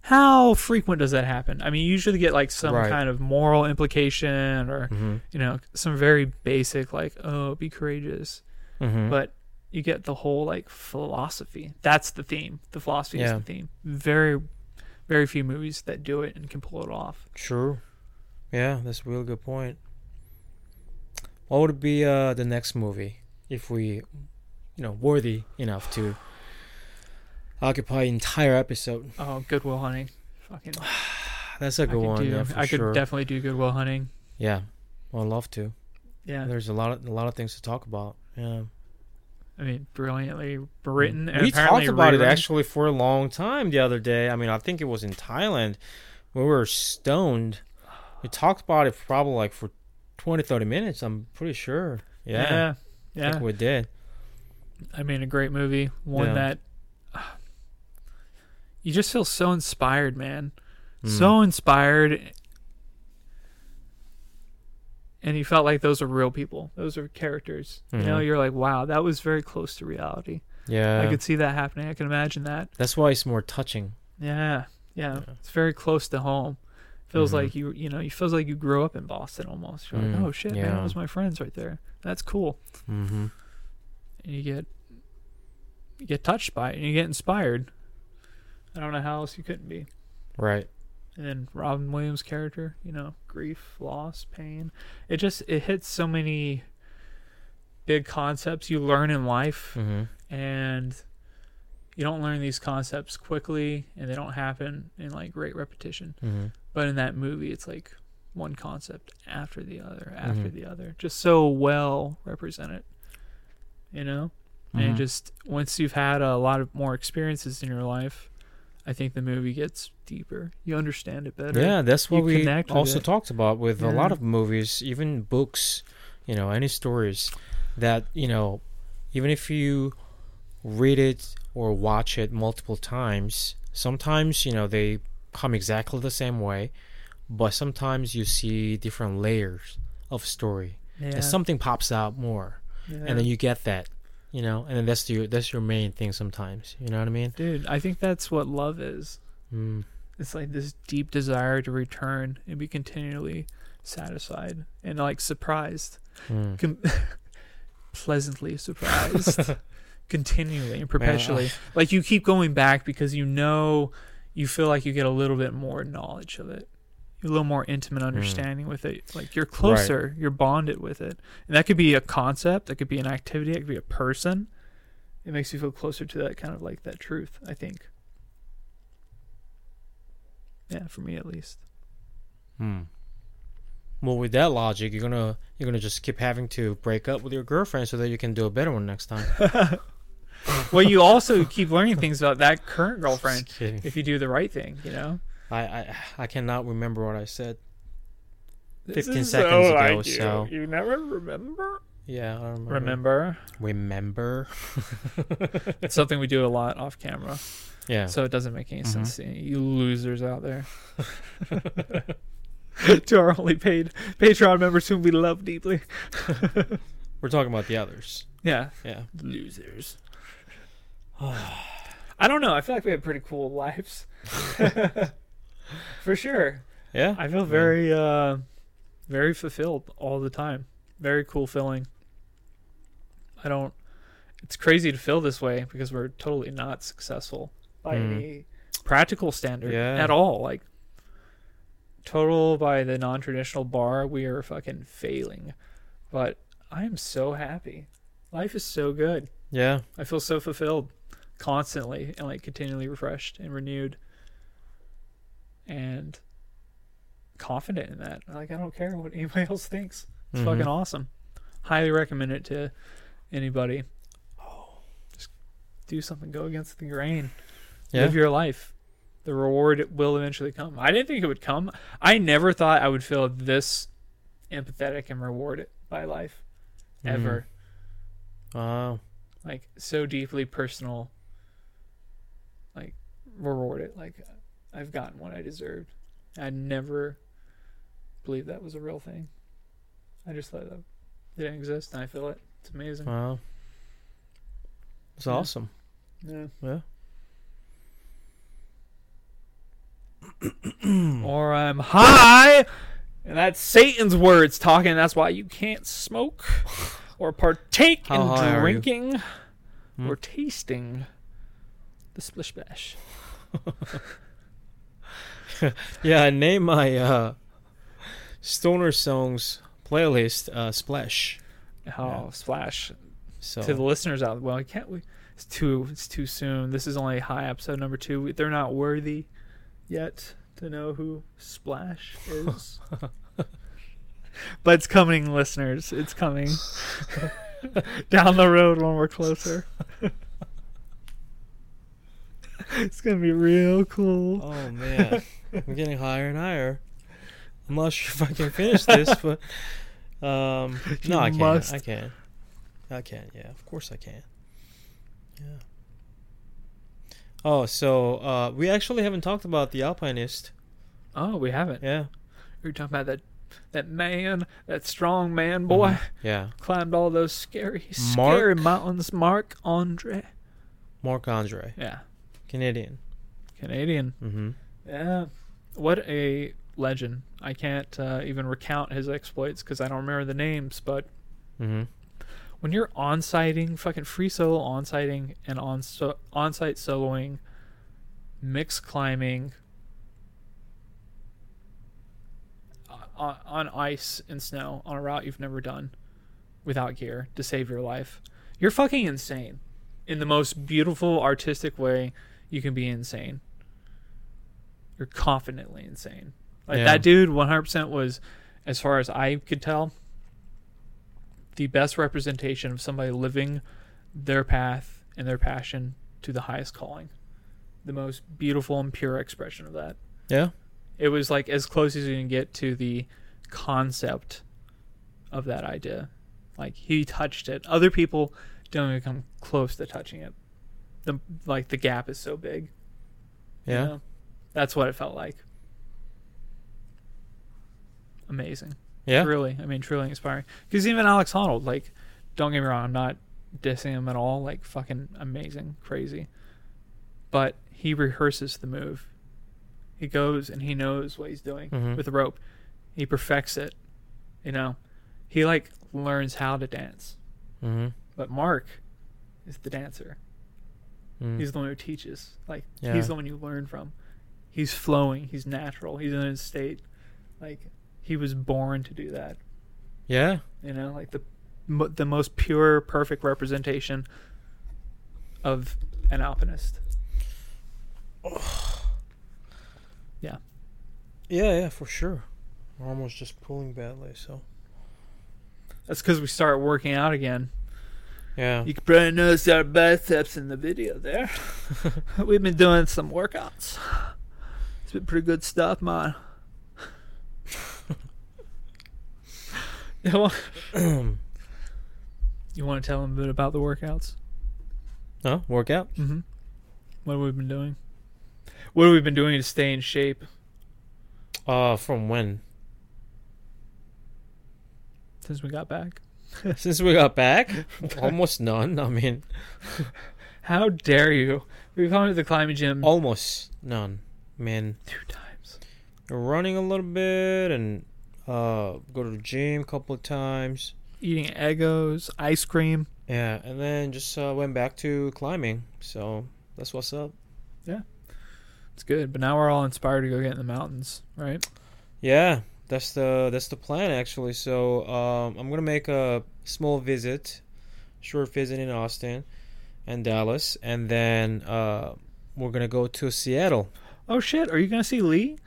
Speaker 2: how frequent does that happen? I mean, you usually get like some
Speaker 1: Right.
Speaker 2: kind of moral implication or,
Speaker 1: Mm-hmm.
Speaker 2: you know, some very basic like, oh, be courageous.
Speaker 1: Mm-hmm.
Speaker 2: But you get the whole like philosophy. That's the theme. The philosophy
Speaker 1: Yeah.
Speaker 2: is the theme. Very very few movies that do it and can pull it off.
Speaker 1: true. Yeah, that's a really good point. What would be uh, the next movie if we, you know, worthy enough to occupy entire episode?
Speaker 2: Oh, Goodwill Hunting. Fucking
Speaker 1: That's a
Speaker 2: I
Speaker 1: good
Speaker 2: could
Speaker 1: one.
Speaker 2: do-
Speaker 1: Yeah, for
Speaker 2: I could
Speaker 1: sure.
Speaker 2: definitely do Goodwill Hunting.
Speaker 1: yeah, well, I'd love to.
Speaker 2: Yeah,
Speaker 1: There's a lot of a lot of things to talk about. Yeah,
Speaker 2: I mean, brilliantly written. And
Speaker 1: we
Speaker 2: apparently
Speaker 1: talked about it
Speaker 2: rewritten.
Speaker 1: actually for a long time the other day. I mean, I think it was in Thailand. We were stoned. We talked about it probably like for 20, 30 minutes. I'm pretty sure. Yeah, I
Speaker 2: yeah, yeah.
Speaker 1: think we did.
Speaker 2: I mean, a great movie. One
Speaker 1: Yeah.
Speaker 2: that ah, you just feel so inspired, man.
Speaker 1: Mm.
Speaker 2: So inspired. And you felt like those are real people. Those are characters. You know,
Speaker 1: Mhm.
Speaker 2: you're like, wow, that was very close to reality.
Speaker 1: yeah,
Speaker 2: I could see that happening. I can imagine that.
Speaker 1: that's why it's more touching.
Speaker 2: Yeah, yeah,
Speaker 1: Yeah.
Speaker 2: It's very close to home. Feels
Speaker 1: Mhm.
Speaker 2: like you, you know, you feels like you grew up in Boston almost. You're like,
Speaker 1: Mm,
Speaker 2: oh shit, man,
Speaker 1: yeah.
Speaker 2: that was my friends right there. That's cool.
Speaker 1: Mm-hmm.
Speaker 2: And you get, you get touched by it, and you get inspired. I don't know how else you couldn't be.
Speaker 1: Right.
Speaker 2: And then Robin Williams' character, you know, grief, loss, pain. It just it hits so many big concepts you learn in life
Speaker 1: Mm-hmm.
Speaker 2: and you don't learn these concepts quickly and they don't happen in like great repetition
Speaker 1: Mm-hmm.
Speaker 2: but in that movie it's like one concept after the other
Speaker 1: Mm-hmm.
Speaker 2: after the other just so well represented you know and
Speaker 1: Mhm.
Speaker 2: it just once you've had a lot of more experiences in your life i think the movie gets deeper you understand it better
Speaker 1: Yeah, that's
Speaker 2: You
Speaker 1: what we
Speaker 2: connect with
Speaker 1: also
Speaker 2: it.
Speaker 1: talked about with a lot
Speaker 2: Yeah.
Speaker 1: of movies, even books, you know, any stories that, you know, even if you read it or watch it multiple times, sometimes, you know, they come exactly the same way, but sometimes you see different layers of story.
Speaker 2: yeah,
Speaker 1: And something pops out more. And then you get that, you know, and then that's your that's your main thing sometimes. You know what I mean?
Speaker 2: dude i think that's what love is
Speaker 1: Mm.
Speaker 2: it's like this deep desire to return and be continually satisfied and like surprised
Speaker 1: Mm.
Speaker 2: Com- pleasantly surprised continually and perpetually. like you keep going back because you know you feel like you get a little bit more knowledge of it. A little more intimate understanding with it. Like you're closer, you're bonded with it. And that could be a concept, that could be an activity, it could be a person. It makes you feel closer to that kind of like that truth, I think. Yeah, for me at least.
Speaker 1: Hmm. Well, with that logic, you're gonna you're gonna just keep having to break up with your girlfriend so that you can do a better one next time.
Speaker 2: well, you also keep learning things about that current girlfriend
Speaker 1: Just kidding.
Speaker 2: if you do the right thing, you know?
Speaker 1: I, I I cannot remember what I said.
Speaker 2: This
Speaker 1: 15
Speaker 2: is
Speaker 1: seconds ago,
Speaker 2: like you.
Speaker 1: so-
Speaker 2: You never remember?
Speaker 1: Yeah, I remember.
Speaker 2: Remember.
Speaker 1: Remember.
Speaker 2: It's something we do a lot off camera,
Speaker 1: Yeah.
Speaker 2: so it doesn't make any sense to you losers out there. to our only paid Patreon members whom we love deeply.
Speaker 1: We're talking about the others.
Speaker 2: Yeah.
Speaker 1: Yeah.
Speaker 2: Losers. I don't know. I feel like we have pretty cool lives. For sure.
Speaker 1: Yeah.
Speaker 2: I feel very, uh, very fulfilled all the time. Very cool feeling. I don't. It's crazy to feel this way because we're totally not successful by
Speaker 1: Hmm.
Speaker 2: any practical standard
Speaker 1: Yeah.
Speaker 2: at all. Like total by the non-traditional bar, we are fucking failing. But I am so happy. Life is so good.
Speaker 1: yeah.
Speaker 2: I feel so fulfilled constantly and like continually refreshed and renewed and confident in that. Like I don't care what anybody else thinks. It's
Speaker 1: Mhm.
Speaker 2: fucking awesome. Highly recommend it to anybody. Oh, just do something go against the grain.
Speaker 1: Yeah.
Speaker 2: Live your life. The reward will eventually come. I didn't think it would come. I never thought I would feel this empathetic and rewarded by life
Speaker 1: Mm-hmm.
Speaker 2: ever
Speaker 1: Wow.
Speaker 2: like so deeply personal like rewarded like i've gotten what i deserved i never believed that was a real thing i just thought that didn't exist and i feel it it's amazing
Speaker 1: wow. It's
Speaker 2: Yeah.
Speaker 1: awesome.
Speaker 2: yeah.
Speaker 1: Yeah.
Speaker 2: or i'm high and that's satan's words talking that's why you can't smoke or partake
Speaker 1: How high are
Speaker 2: in
Speaker 1: you?
Speaker 2: drinking
Speaker 1: Hmm?
Speaker 2: or tasting the splish splash
Speaker 1: Yeah. I named my uh, stoner songs playlist uh, Splash.
Speaker 2: oh splash
Speaker 1: So
Speaker 2: to the listeners out well we can't we it's too it's too soon this is only high episode number two We- they're not worthy yet to know who splash is but it's coming listeners it's coming down the road when we're closer it's gonna be real cool
Speaker 1: Oh man, I'm getting higher and higher. I'm not sure if I can finish this, but um,
Speaker 2: You
Speaker 1: no, I can.
Speaker 2: must.
Speaker 1: I can. I can. Yeah, of course I can. Yeah. Oh, so uh, we actually haven't talked about the alpinist.
Speaker 2: oh we haven't
Speaker 1: Yeah.
Speaker 2: we were talking about that that man that strong man boy
Speaker 1: Yeah.
Speaker 2: climbed all those scary
Speaker 1: Mm-hmm. Mark?
Speaker 2: scary mountains mark andre
Speaker 1: Mark Andre,
Speaker 2: yeah
Speaker 1: Canadian.
Speaker 2: Canadian.
Speaker 1: Mm-hmm.
Speaker 2: Yeah. What a legend. I can't uh, even recount his exploits because I don't remember the names, but
Speaker 1: Mm-hmm.
Speaker 2: when you're on sighting, fucking free solo on sighting and on so- on site soloing, mixed climbing, on, on ice and snow on a route you've never done without gear to save your life, you're fucking insane in the most beautiful, artistic way you can be insane. You're confidently insane. Like
Speaker 1: Yeah.
Speaker 2: that dude, 100% was, as far as I could tell, the best representation of somebody living their path and their passion to the highest calling. The most beautiful and pure expression of that.
Speaker 1: Yeah.
Speaker 2: It was like as close as you can get to the concept of that idea. Like he touched it. Other people don't even come close to touching it. The like the gap is so big. you
Speaker 1: Yeah.
Speaker 2: know? That's what it felt like. Amazing
Speaker 1: Yeah.
Speaker 2: really i mean truly inspiring because even alex honnold like don't get me wrong i'm not dissing him at all like fucking amazing crazy but he rehearses the move he goes and he knows what he's doing
Speaker 1: Mhm.
Speaker 2: with the rope he perfects it you know he like learns how to dance
Speaker 1: Mm-hmm.
Speaker 2: but mark is the dancer.
Speaker 1: Mm.
Speaker 2: He's the one who teaches. Like
Speaker 1: Yeah.
Speaker 2: he's the one you learn from. He's flowing. He's natural. He's in his state. Like he was born to do that.
Speaker 1: yeah.
Speaker 2: You know, like the mo- the most pure, perfect representation of an alpinist.
Speaker 1: Yeah, yeah, for sure. We're almost just pulling badly, so.
Speaker 2: That's because we start working out again.
Speaker 1: Yeah.
Speaker 2: You can probably notice our biceps in the video there. We've been doing some workouts. It's been pretty good stuff, man. you want to tell them a bit about the workouts?
Speaker 1: Huh? Workout?
Speaker 2: Mm-hmm. What have we been doing? What have we been doing to stay in shape
Speaker 1: Uh, from when?
Speaker 2: since we got back?
Speaker 1: Since we got back? almost none. I mean,
Speaker 2: How dare you? We've gone to the climbing gym
Speaker 1: almost none. I mean,
Speaker 2: two times.
Speaker 1: running a little bit and uh, go to the gym a couple of times.
Speaker 2: Eating Eggos, ice cream.
Speaker 1: Yeah, and then just uh, went back to climbing. So that's what's up.
Speaker 2: It's good, but now we're all inspired to go get in the mountains, right?
Speaker 1: Yeah, that's the that's the plan actually. So um, I'm gonna make a small visit, short visit in Austin and Dallas, and then uh, we're gonna go to Seattle.
Speaker 2: Oh shit, are you gonna see Lee?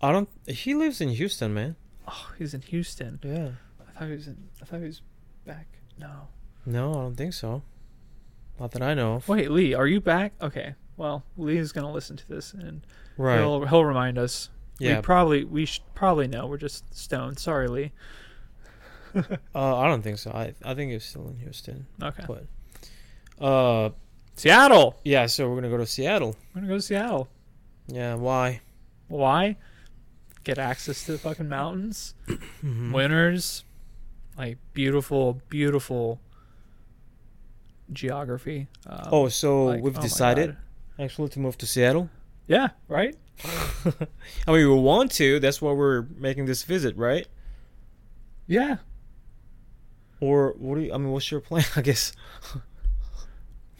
Speaker 1: I don't. He lives in Houston, man.
Speaker 2: Oh, he's in Houston.
Speaker 1: Yeah.
Speaker 2: I thought he was in I thought he was back. No.
Speaker 1: No, I don't think so. Not that I know. Of.
Speaker 2: Wait, Lee, are you back? Okay. Well, Lee is gonna listen to this and
Speaker 1: Right.
Speaker 2: he'll he'll remind us.
Speaker 1: yeah.
Speaker 2: We probably we should probably know. We're just stoned. Sorry, Lee.
Speaker 1: uh, I don't think so. I I think he's still in Houston.
Speaker 2: Okay.
Speaker 1: Uh,
Speaker 2: Seattle.
Speaker 1: yeah. So we're gonna go to Seattle.
Speaker 2: We're gonna go to Seattle.
Speaker 1: Yeah. Why?
Speaker 2: Why? Get access to the fucking mountains.
Speaker 1: Mm-hmm.
Speaker 2: Winters. Like beautiful, beautiful geography. Um,
Speaker 1: Oh, so
Speaker 2: like,
Speaker 1: we've
Speaker 2: oh my
Speaker 1: decided
Speaker 2: God.
Speaker 1: actually to move to Seattle.
Speaker 2: Yeah, right?
Speaker 1: I mean, we want to. That's why we're making this visit, right?
Speaker 2: Yeah.
Speaker 1: Or what do you? I mean, what's your plan? I guess.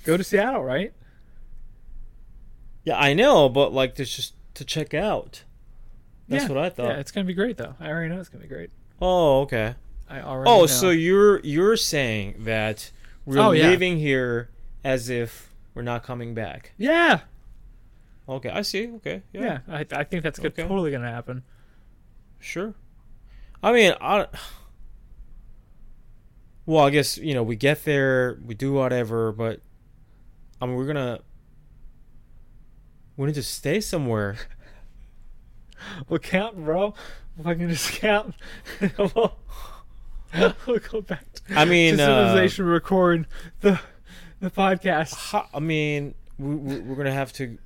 Speaker 2: Go to Seattle, right?
Speaker 1: Yeah, I know, but like, there's just to check out. That's
Speaker 2: Yeah.
Speaker 1: what I thought.
Speaker 2: Yeah, it's gonna be great though. I already know it's gonna be great.
Speaker 1: oh, okay.
Speaker 2: I already.
Speaker 1: Oh,
Speaker 2: know.
Speaker 1: so you're you're saying that we're
Speaker 2: Oh, yeah.
Speaker 1: leaving here as if we're not coming back?
Speaker 2: yeah,
Speaker 1: Okay, I see. Okay, yeah,
Speaker 2: yeah. I, I think that's good,
Speaker 1: Okay.
Speaker 2: totally gonna happen.
Speaker 1: sure. I mean, I. Well, I guess you know we get there, we do whatever, but I mean, we're gonna. We need to stay somewhere.
Speaker 2: We'll count, bro. If I can just count, we'll, we'll go back to,
Speaker 1: I mean,
Speaker 2: to
Speaker 1: uh,
Speaker 2: civilization. record the the podcast.
Speaker 1: ho- I mean, we, we- we're gonna have to,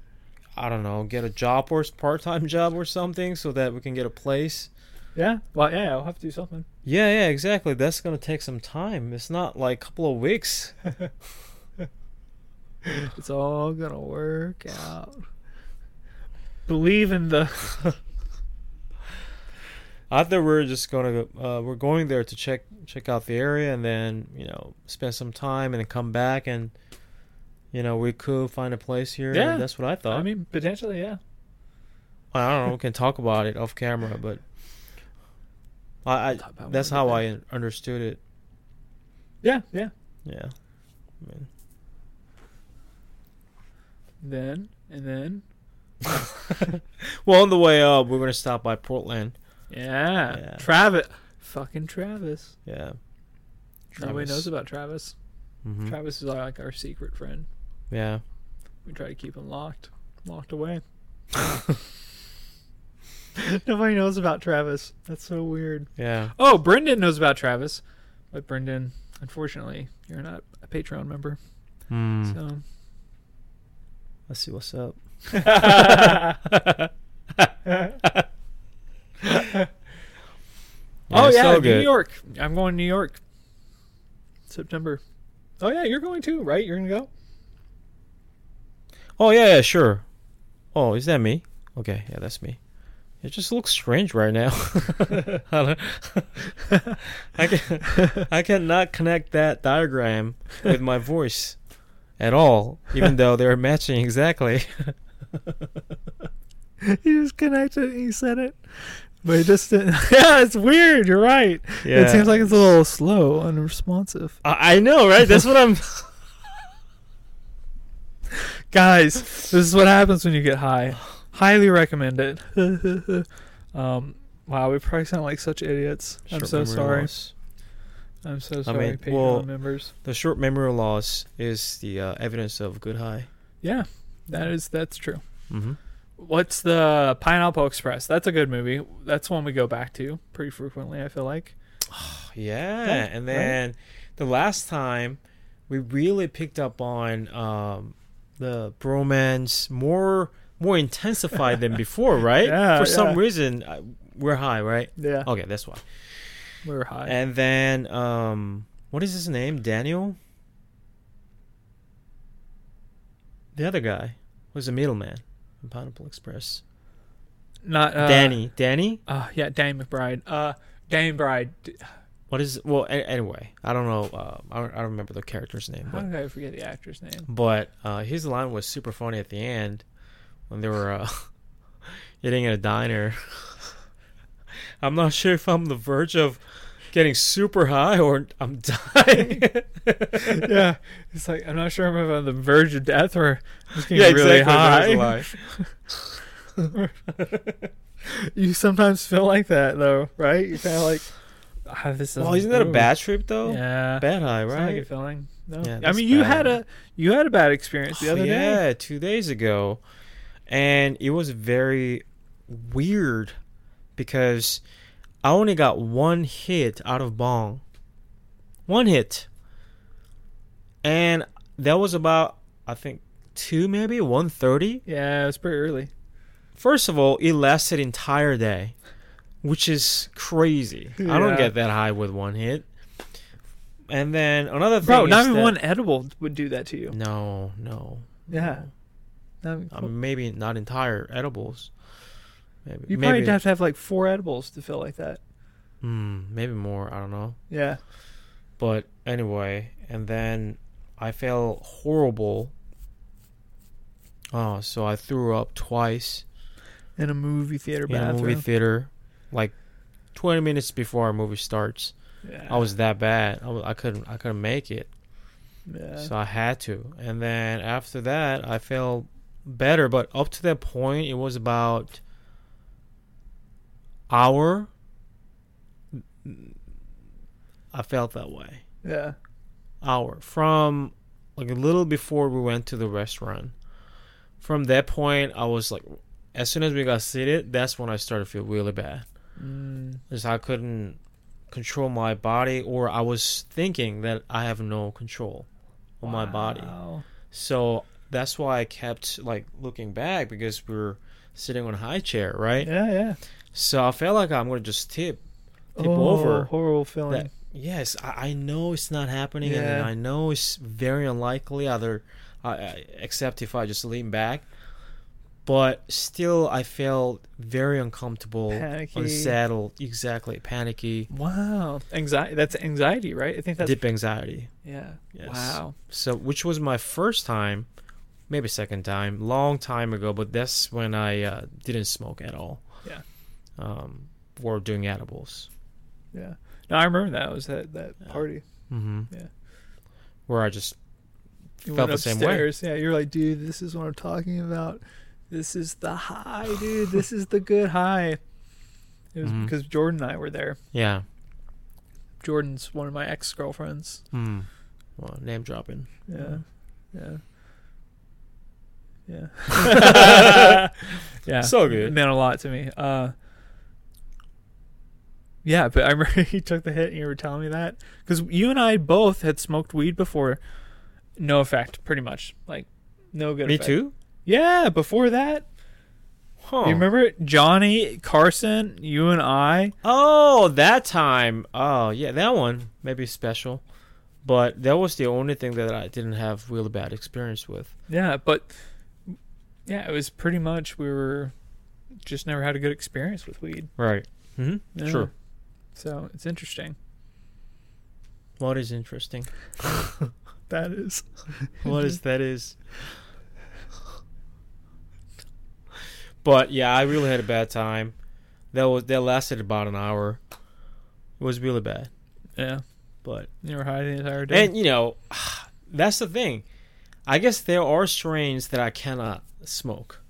Speaker 1: I don't know, get a job or part time job or something so that we can get a place.
Speaker 2: Yeah. Well, yeah. I'll have to do something.
Speaker 1: Yeah, yeah, exactly. That's gonna take some time. It's not like a couple of weeks.
Speaker 2: It's all gonna work out. Believe in the.
Speaker 1: I thought we we're just gonna, go- uh, we're going there to check check out the area and then you know spend some time and then come back and, you know, we could find a place here.
Speaker 2: Yeah.
Speaker 1: that's what I thought.
Speaker 2: I mean, potentially, yeah.
Speaker 1: I don't know. We can talk about it off camera, but I, I
Speaker 2: Talk about when
Speaker 1: that's
Speaker 2: we get
Speaker 1: how
Speaker 2: back.
Speaker 1: I understood it.
Speaker 2: Yeah. Yeah.
Speaker 1: Yeah. I mean,
Speaker 2: Then and then.
Speaker 1: well, on the way up, we're gonna stop by Portland.
Speaker 2: Yeah.
Speaker 1: Yeah.
Speaker 2: Travis. Fucking Travis.
Speaker 1: Yeah.
Speaker 2: Nobody
Speaker 1: Travis.
Speaker 2: knows about Travis.
Speaker 1: Mhm.
Speaker 2: Travis is like our secret friend.
Speaker 1: Yeah.
Speaker 2: We try to keep him locked, locked away. Nobody knows about Travis. That's so weird.
Speaker 1: Yeah.
Speaker 2: Oh, Brendan knows about Travis, but Brendan, unfortunately, you're not a Patreon member.
Speaker 1: Hmm.
Speaker 2: So
Speaker 1: Let's see what's up.
Speaker 2: oh
Speaker 1: it's
Speaker 2: yeah,
Speaker 1: all
Speaker 2: New
Speaker 1: good.
Speaker 2: York. I'm going to New York. September. Oh yeah, you're going too, right? You're gonna go.
Speaker 1: Oh yeah, yeah, sure. Oh, is that me? Okay, yeah, that's me. It just looks strange right now. I, don't- I can I cannot connect that diagram with my voice at all, even though they're matching exactly.
Speaker 2: you just connected and you said it. But it just didn't. yeah, it's weird. You're right.
Speaker 1: Yeah,
Speaker 2: It seems like it's a little slow, unresponsive.
Speaker 1: I, I know, right? That's what I'm.
Speaker 2: Guys, this is what happens when you get high. Highly recommend it. um, wow, we probably sound like such idiots. I'm
Speaker 1: Short
Speaker 2: so
Speaker 1: memory
Speaker 2: sorry.
Speaker 1: loss.
Speaker 2: I'm so
Speaker 1: I
Speaker 2: sorry,
Speaker 1: mean,
Speaker 2: Patreon
Speaker 1: well-
Speaker 2: members.
Speaker 1: The short memory loss is the uh, evidence of good high.
Speaker 2: Yeah, that is that's true.
Speaker 1: Mm-hmm.
Speaker 2: What's the Pineapple Express? That's a good movie. That's one we go back to pretty frequently. I feel like.
Speaker 1: Yeah,
Speaker 2: Yeah,
Speaker 1: and then the last time we really picked up on um, the bromance more more intensified than before, right?
Speaker 2: Yeah,
Speaker 1: For some
Speaker 2: yeah.
Speaker 1: reason, I, we're high, right?
Speaker 2: Yeah,
Speaker 1: Okay, that's why.
Speaker 2: we were high.
Speaker 1: And then um, what is his name? Daniel, the other guy was a middleman in Pineapple Express.
Speaker 2: Not uh,
Speaker 1: Danny, Danny.
Speaker 2: Uh, yeah, Danny McBride. Uh, Danny McBride. D-
Speaker 1: What is? Well, a- anyway, I don't know. Uh, I, don't, I don't remember the character's name,
Speaker 2: How
Speaker 1: but
Speaker 2: did I forget the actor's name?
Speaker 1: But uh, his line was super funny at the end when they were uh, eating at a diner. I'm not sure if I'm the verge of getting super high or I'm dying.
Speaker 2: yeah, it's like I'm not sure if I'm on the verge of death or just getting
Speaker 1: yeah,
Speaker 2: really
Speaker 1: exactly. that was a
Speaker 2: high.
Speaker 1: lie.
Speaker 2: You sometimes feel like that though, right? You're kind of like, ah, this is.
Speaker 1: Well, isn't that a bad trip though?
Speaker 2: Yeah,
Speaker 1: Bad high,
Speaker 2: It's not a
Speaker 1: right?
Speaker 2: good feeling. No,
Speaker 1: Yeah,
Speaker 2: I
Speaker 1: that's
Speaker 2: mean you
Speaker 1: bad.
Speaker 2: had a you had a bad experience the
Speaker 1: Oh,
Speaker 2: other day.
Speaker 1: Yeah, two days ago, and it was very weird because I only got one hit out of bong, one hit, and that was about I think two maybe one thirty.
Speaker 2: Yeah, it was pretty early.
Speaker 1: First of all, it lasted entire day, which is crazy. I
Speaker 2: Yeah.
Speaker 1: don't get that high with one hit. And then another thing,
Speaker 2: Bro,
Speaker 1: is
Speaker 2: not even
Speaker 1: that-
Speaker 2: one edible would do that to you.
Speaker 1: No, no,
Speaker 2: Yeah. Not even-
Speaker 1: Um, maybe not entire edibles. Maybe
Speaker 2: you
Speaker 1: maybe
Speaker 2: probably have to have like four edibles to feel like that.
Speaker 1: mm, maybe more. I don't know.
Speaker 2: Yeah.
Speaker 1: But anyway, and then I felt horrible. Oh, so I threw up twice
Speaker 2: In a movie theater
Speaker 1: in a
Speaker 2: bathroom.
Speaker 1: movie theater, like twenty minutes before our movie starts.
Speaker 2: yeah.
Speaker 1: I was that bad. I, wa- I couldn't. I couldn't make it.
Speaker 2: yeah.
Speaker 1: So I had to. And then after that, I felt better. But up to that point, it was about hour. I felt that way.
Speaker 2: yeah.
Speaker 1: Hour from like a little before we went to the restaurant. From that point, I was like, as soon as we got seated, that's when I started to feel really bad.
Speaker 2: Mm,
Speaker 1: Is I couldn't control my body, or I was thinking that I have no control on my body.
Speaker 2: wow.
Speaker 1: So that's why I kept like looking back because we were sitting on a high chair, right?
Speaker 2: Yeah, yeah. Oh,
Speaker 1: So I felt like I'm gonna just tip. Tip over.
Speaker 2: Horrible feeling.
Speaker 1: That, yes, I, I know it's not happening, and
Speaker 2: Yeah.
Speaker 1: I know it's very unlikely. Other, I, I, except if I just lean back. But still, I felt very uncomfortable,
Speaker 2: Panicky.
Speaker 1: unsettled, exactly panicky,
Speaker 2: Wow. Anxiety. That's anxiety, right? I think that's.
Speaker 1: deep anxiety.
Speaker 2: yeah.
Speaker 1: Yes.
Speaker 2: Wow.
Speaker 1: so which was my first time maybe second time long time ago but that's when i uh, didn't smoke at all
Speaker 2: Yeah.
Speaker 1: um or doing edibles
Speaker 2: Yeah. No, I remember that. It was that, that party.
Speaker 1: mm-hmm.
Speaker 2: Yeah.
Speaker 1: where i just
Speaker 2: You
Speaker 1: Felt
Speaker 2: went
Speaker 1: the same way.
Speaker 2: upstairs. Yeah, you're like, dude, this is what I'm talking about. This is the high, dude. This is the good high. It was
Speaker 1: Mhm.
Speaker 2: because Jordan and I were there.
Speaker 1: yeah
Speaker 2: Jordan's one of my ex girlfriends.
Speaker 1: mm. well name dropping
Speaker 2: Yeah. Yeah. Yeah. yeah.
Speaker 1: So good.
Speaker 2: It meant a lot to me. Uh yeah, but I remember you took the hit and you were telling me that because you and I both had smoked weed before, no effect, pretty much, like no good.
Speaker 1: me
Speaker 2: effect.
Speaker 1: too Oh.
Speaker 2: Yeah, before that,
Speaker 1: huh.
Speaker 2: you remember it? Johnny Carson, you and I.
Speaker 1: oh that time oh yeah that one maybe special but that was the only thing that i didn't have really bad experience with
Speaker 2: Yeah, but yeah, it was pretty much we were just never had a good experience with weed.
Speaker 1: Right. hmm
Speaker 2: Yeah.
Speaker 1: Sure.
Speaker 2: So it's interesting.
Speaker 1: What is interesting?
Speaker 2: That is.
Speaker 1: what is that is? But yeah, I really had a bad time. That was that lasted about an hour. It was really bad.
Speaker 2: Yeah.
Speaker 1: But
Speaker 2: You were high the entire day.
Speaker 1: and you know, that's the thing. I guess there are strains that I cannot smoke,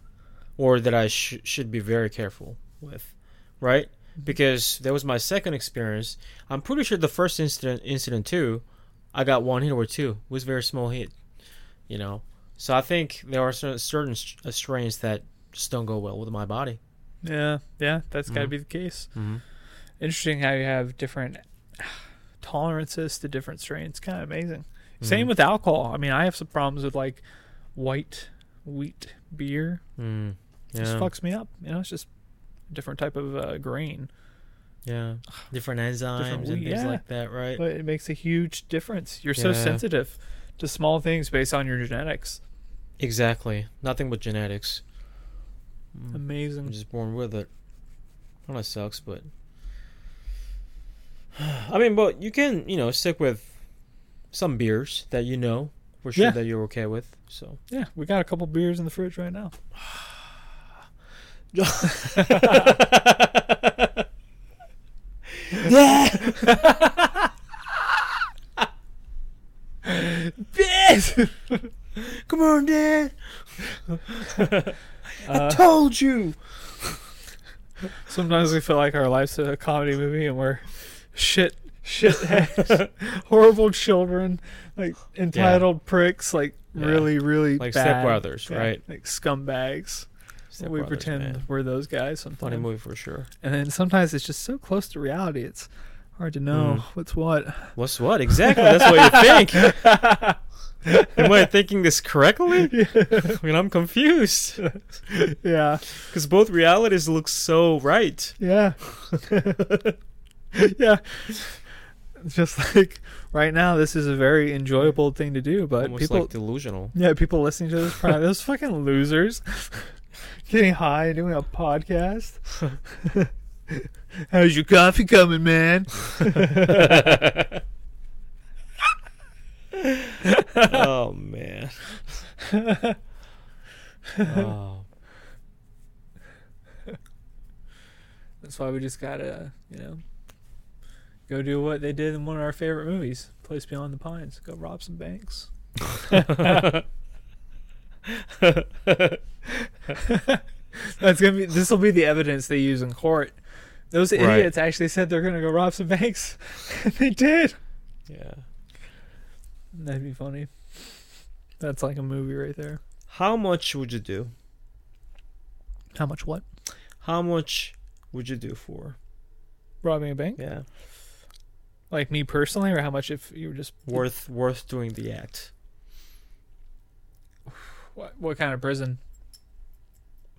Speaker 1: or that I sh- should be very careful with, right? Because that was my second experience. I'm pretty sure the first incident, incident too, I got one hit or two. It was a very small hit, you know. So I think there are cer- certain s- uh, strains that just don't go well with my body.
Speaker 2: yeah. Yeah. That's got to
Speaker 1: Mhm.
Speaker 2: be the case.
Speaker 1: Mm-hmm.
Speaker 2: Interesting how you have different tolerances to different strains. Kind of amazing.
Speaker 1: Mm-hmm.
Speaker 2: Same with alcohol. I mean, I have some problems with like white wheat beer.
Speaker 1: Mm.
Speaker 2: It just
Speaker 1: Yeah.
Speaker 2: fucks me up. You know, it's just a different type of uh, grain.
Speaker 1: yeah. Different enzymes and
Speaker 2: weed,
Speaker 1: things
Speaker 2: yeah.
Speaker 1: like that, right?
Speaker 2: But it makes a huge difference. You're so
Speaker 1: Yeah.
Speaker 2: sensitive to small things based on your genetics.
Speaker 1: Exactly. Nothing but genetics. Mm. I'm
Speaker 2: Amazing.
Speaker 1: just born with it. Kind of sucks, but I mean, but you can you know stick with some beers that you know for sure
Speaker 2: Yeah.
Speaker 1: that you're okay with. So
Speaker 2: Yeah, we got a couple beers in the fridge right now.
Speaker 1: come on, Dad. I
Speaker 2: Uh,
Speaker 1: told you.
Speaker 2: sometimes we feel like our life's a comedy movie and we're shit, shit, horrible children, like entitled pricks, like
Speaker 1: Yeah.
Speaker 2: really, really
Speaker 1: Like
Speaker 2: bad.
Speaker 1: stepbrothers, right?
Speaker 2: Like scumbags.
Speaker 1: Step
Speaker 2: we
Speaker 1: Brothers,
Speaker 2: pretend
Speaker 1: man.
Speaker 2: we're those guys
Speaker 1: funny
Speaker 2: sometimes.
Speaker 1: movie for sure.
Speaker 2: And then sometimes it's just so close to reality, it's hard to know
Speaker 1: Mm.
Speaker 2: what's what.
Speaker 1: What's what exactly? That's what you think. Am I thinking this correctly? I mean, I'm confused
Speaker 2: yeah.
Speaker 1: because both realities look so right.
Speaker 2: Yeah. yeah. Just like right now, this is a very enjoyable thing to do, but
Speaker 1: Almost
Speaker 2: people,
Speaker 1: like delusional.
Speaker 2: yeah, people listening to this, probably those fucking losers, getting high and doing a podcast. How's your coffee coming, man?
Speaker 1: oh man. Oh.
Speaker 2: That's why we just gotta, you know, go do what they did in one of our favorite movies, Place Beyond the Pines. Go rob some banks. That's gonna be. This will be the evidence they use in court. Those
Speaker 1: Right.
Speaker 2: idiots actually said they're gonna go rob some banks. they did.
Speaker 1: Yeah.
Speaker 2: That'd be funny. That's like a movie right there.
Speaker 1: How much would you do?
Speaker 2: How much? What?
Speaker 1: How much would you do for?
Speaker 2: Robbing a bank?
Speaker 1: Yeah.
Speaker 2: Like me personally, or how much if you were just
Speaker 1: Worth worth doing the act.
Speaker 2: What, what kind of prison?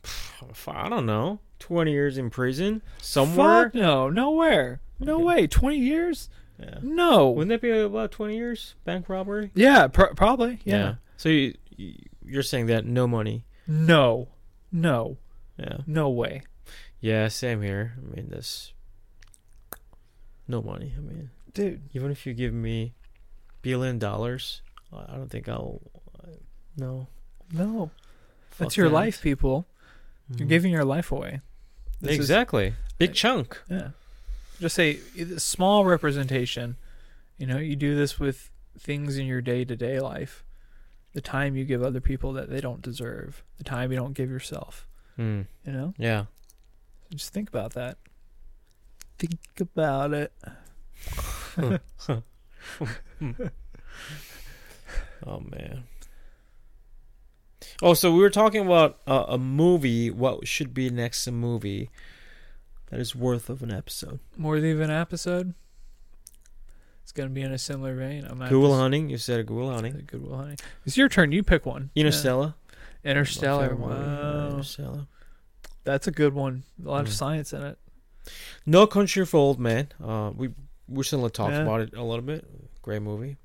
Speaker 1: F- I don't know. 20 years in prison somewhere.
Speaker 2: Fuck no, nowhere, no
Speaker 1: Okay.
Speaker 2: way. Twenty years?
Speaker 1: Yeah.
Speaker 2: No.
Speaker 1: Wouldn't that be about 20 years bank robbery?
Speaker 2: yeah, pr- probably. yeah.
Speaker 1: So you you- you're saying that no money.
Speaker 2: No, no,
Speaker 1: Yeah.
Speaker 2: no way.
Speaker 1: Yeah, same here. I mean, this no money. I mean,
Speaker 2: Dude,
Speaker 1: even if you give me billion dollars, I I don't think I'll. uh, No,
Speaker 2: no.
Speaker 1: Fuck
Speaker 2: That's your
Speaker 1: that.
Speaker 2: life, people. You're
Speaker 1: Mhm.
Speaker 2: giving your life away. This is-
Speaker 1: exactly big chunk.
Speaker 2: yeah. Just say i- small representation. You know, you do this with things in your day to day life. The time you give other people that they don't deserve, the time you don't give yourself.
Speaker 1: Mm,
Speaker 2: You know,
Speaker 1: yeah,
Speaker 2: just think about that. Think about it.
Speaker 1: Oh man. Oh, so we were talking about uh, a movie. What should be next movie that is worth of an episode?
Speaker 2: More than even episode. It's gonna be in a similar vein. I'm not
Speaker 1: Google hunting. You said Google hunting.
Speaker 2: Good Will Hunting. It's your turn. You pick one.
Speaker 1: Interstellar.
Speaker 2: Yeah.
Speaker 1: My
Speaker 2: Interstellar.
Speaker 1: favorite movie. Yeah,
Speaker 2: Wow.
Speaker 1: Interstellar.
Speaker 2: That's a good one. A lot of
Speaker 1: Mm.
Speaker 2: science in it.
Speaker 1: No Country for Old Men. Uh, we recently talked
Speaker 2: Yeah.
Speaker 1: about it a little bit. Great movie.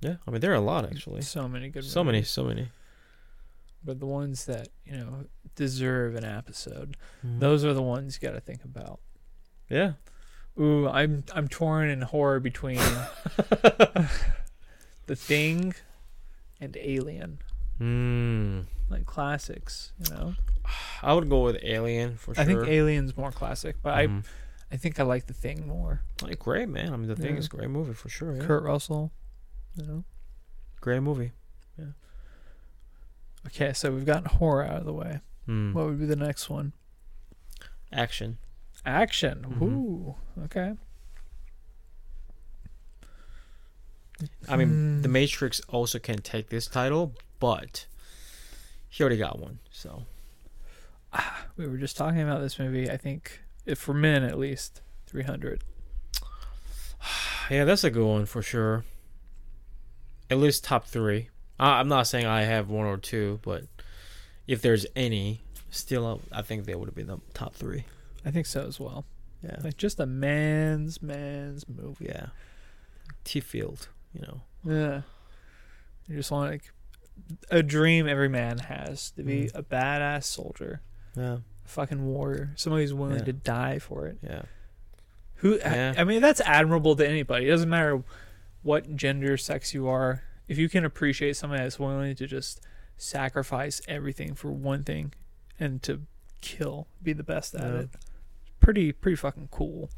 Speaker 1: Yeah, I mean there are a lot actually.
Speaker 2: So many good
Speaker 1: So many, so many.
Speaker 2: but the ones that you know deserve an episode,
Speaker 1: Mm-hmm.
Speaker 2: those are the ones you got to think about.
Speaker 1: Yeah.
Speaker 2: Ooh, I'm I'm torn in horror between The Thing and Alien,
Speaker 1: Mm.
Speaker 2: like classics. You know,
Speaker 1: I would go with Alien for sure.
Speaker 2: I think Alien's more classic, but
Speaker 1: Mhm.
Speaker 2: I I think I like The Thing more.
Speaker 1: Like, great man. I mean, the thing
Speaker 2: Yeah.
Speaker 1: is a great movie for sure. Yeah.
Speaker 2: Kurt Russell, you know.
Speaker 1: Great movie.
Speaker 2: Okay, so we've gotten horror out of the way.
Speaker 1: Mm.
Speaker 2: What would be the next one?
Speaker 1: Action.
Speaker 2: Action.
Speaker 1: Mhm.
Speaker 2: Ooh, okay.
Speaker 1: I mean,
Speaker 2: Mm.
Speaker 1: The Matrix also can take this title, but he already got one. So
Speaker 2: We were just talking about this movie. I think, if for men at least, 300.
Speaker 1: yeah, that's a good one for sure. At least top three. I, I'm not saying I have one or two, but if there's any, still, I I think they would be the top three.
Speaker 2: I think so as well.
Speaker 1: Yeah.
Speaker 2: Like just a man's man's movie.
Speaker 1: Yeah. T Field, you know.
Speaker 2: Yeah. You just want like a dream every man has to be
Speaker 1: Mhm.
Speaker 2: a badass soldier,
Speaker 1: Yeah.
Speaker 2: a fucking warrior, somebody who's willing
Speaker 1: Yeah.
Speaker 2: to die for it.
Speaker 1: Yeah.
Speaker 2: Who?
Speaker 1: Yeah.
Speaker 2: I, I mean, that's admirable to anybody. It doesn't matter what gender, sex you are. If you can appreciate somebody that's willing to just sacrifice everything for one thing, and to kill, be the best at
Speaker 1: Yeah.
Speaker 2: it, pretty pretty fucking cool.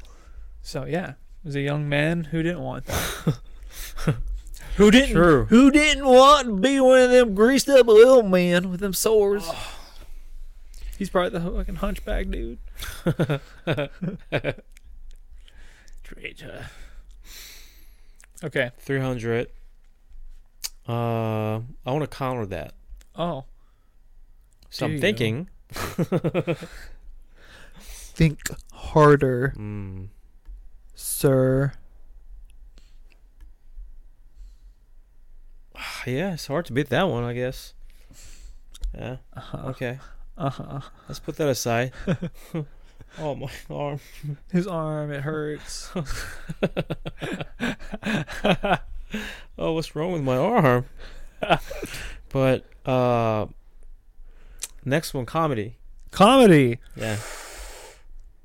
Speaker 2: So yeah, as a young man who didn't want that. Who didn't?
Speaker 1: True.
Speaker 2: Who didn't want to be one of them greased up oil men with them sores? He's probably the fucking hunchback dude. Traitor. Okay.
Speaker 1: 300. Uh, I want to counter that.
Speaker 2: Oh.
Speaker 1: So
Speaker 2: There
Speaker 1: I'm
Speaker 2: you go.
Speaker 1: thinking.
Speaker 2: Think harder,
Speaker 1: Mm,
Speaker 2: sir.
Speaker 1: yeah, it's hard to beat that one, I guess. Yeah. Okay.
Speaker 2: Uh huh.
Speaker 1: Let's put that aside. oh my arm.
Speaker 2: His arm, it hurts.
Speaker 1: Oh, what's wrong with my arm? but uh next one comedy.
Speaker 2: Comedy.
Speaker 1: Yeah.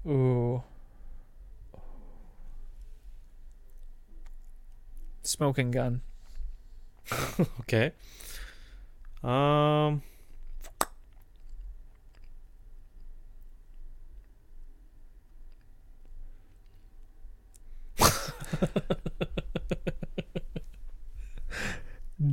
Speaker 2: Ooh. Smoking gun.
Speaker 1: Okay. Um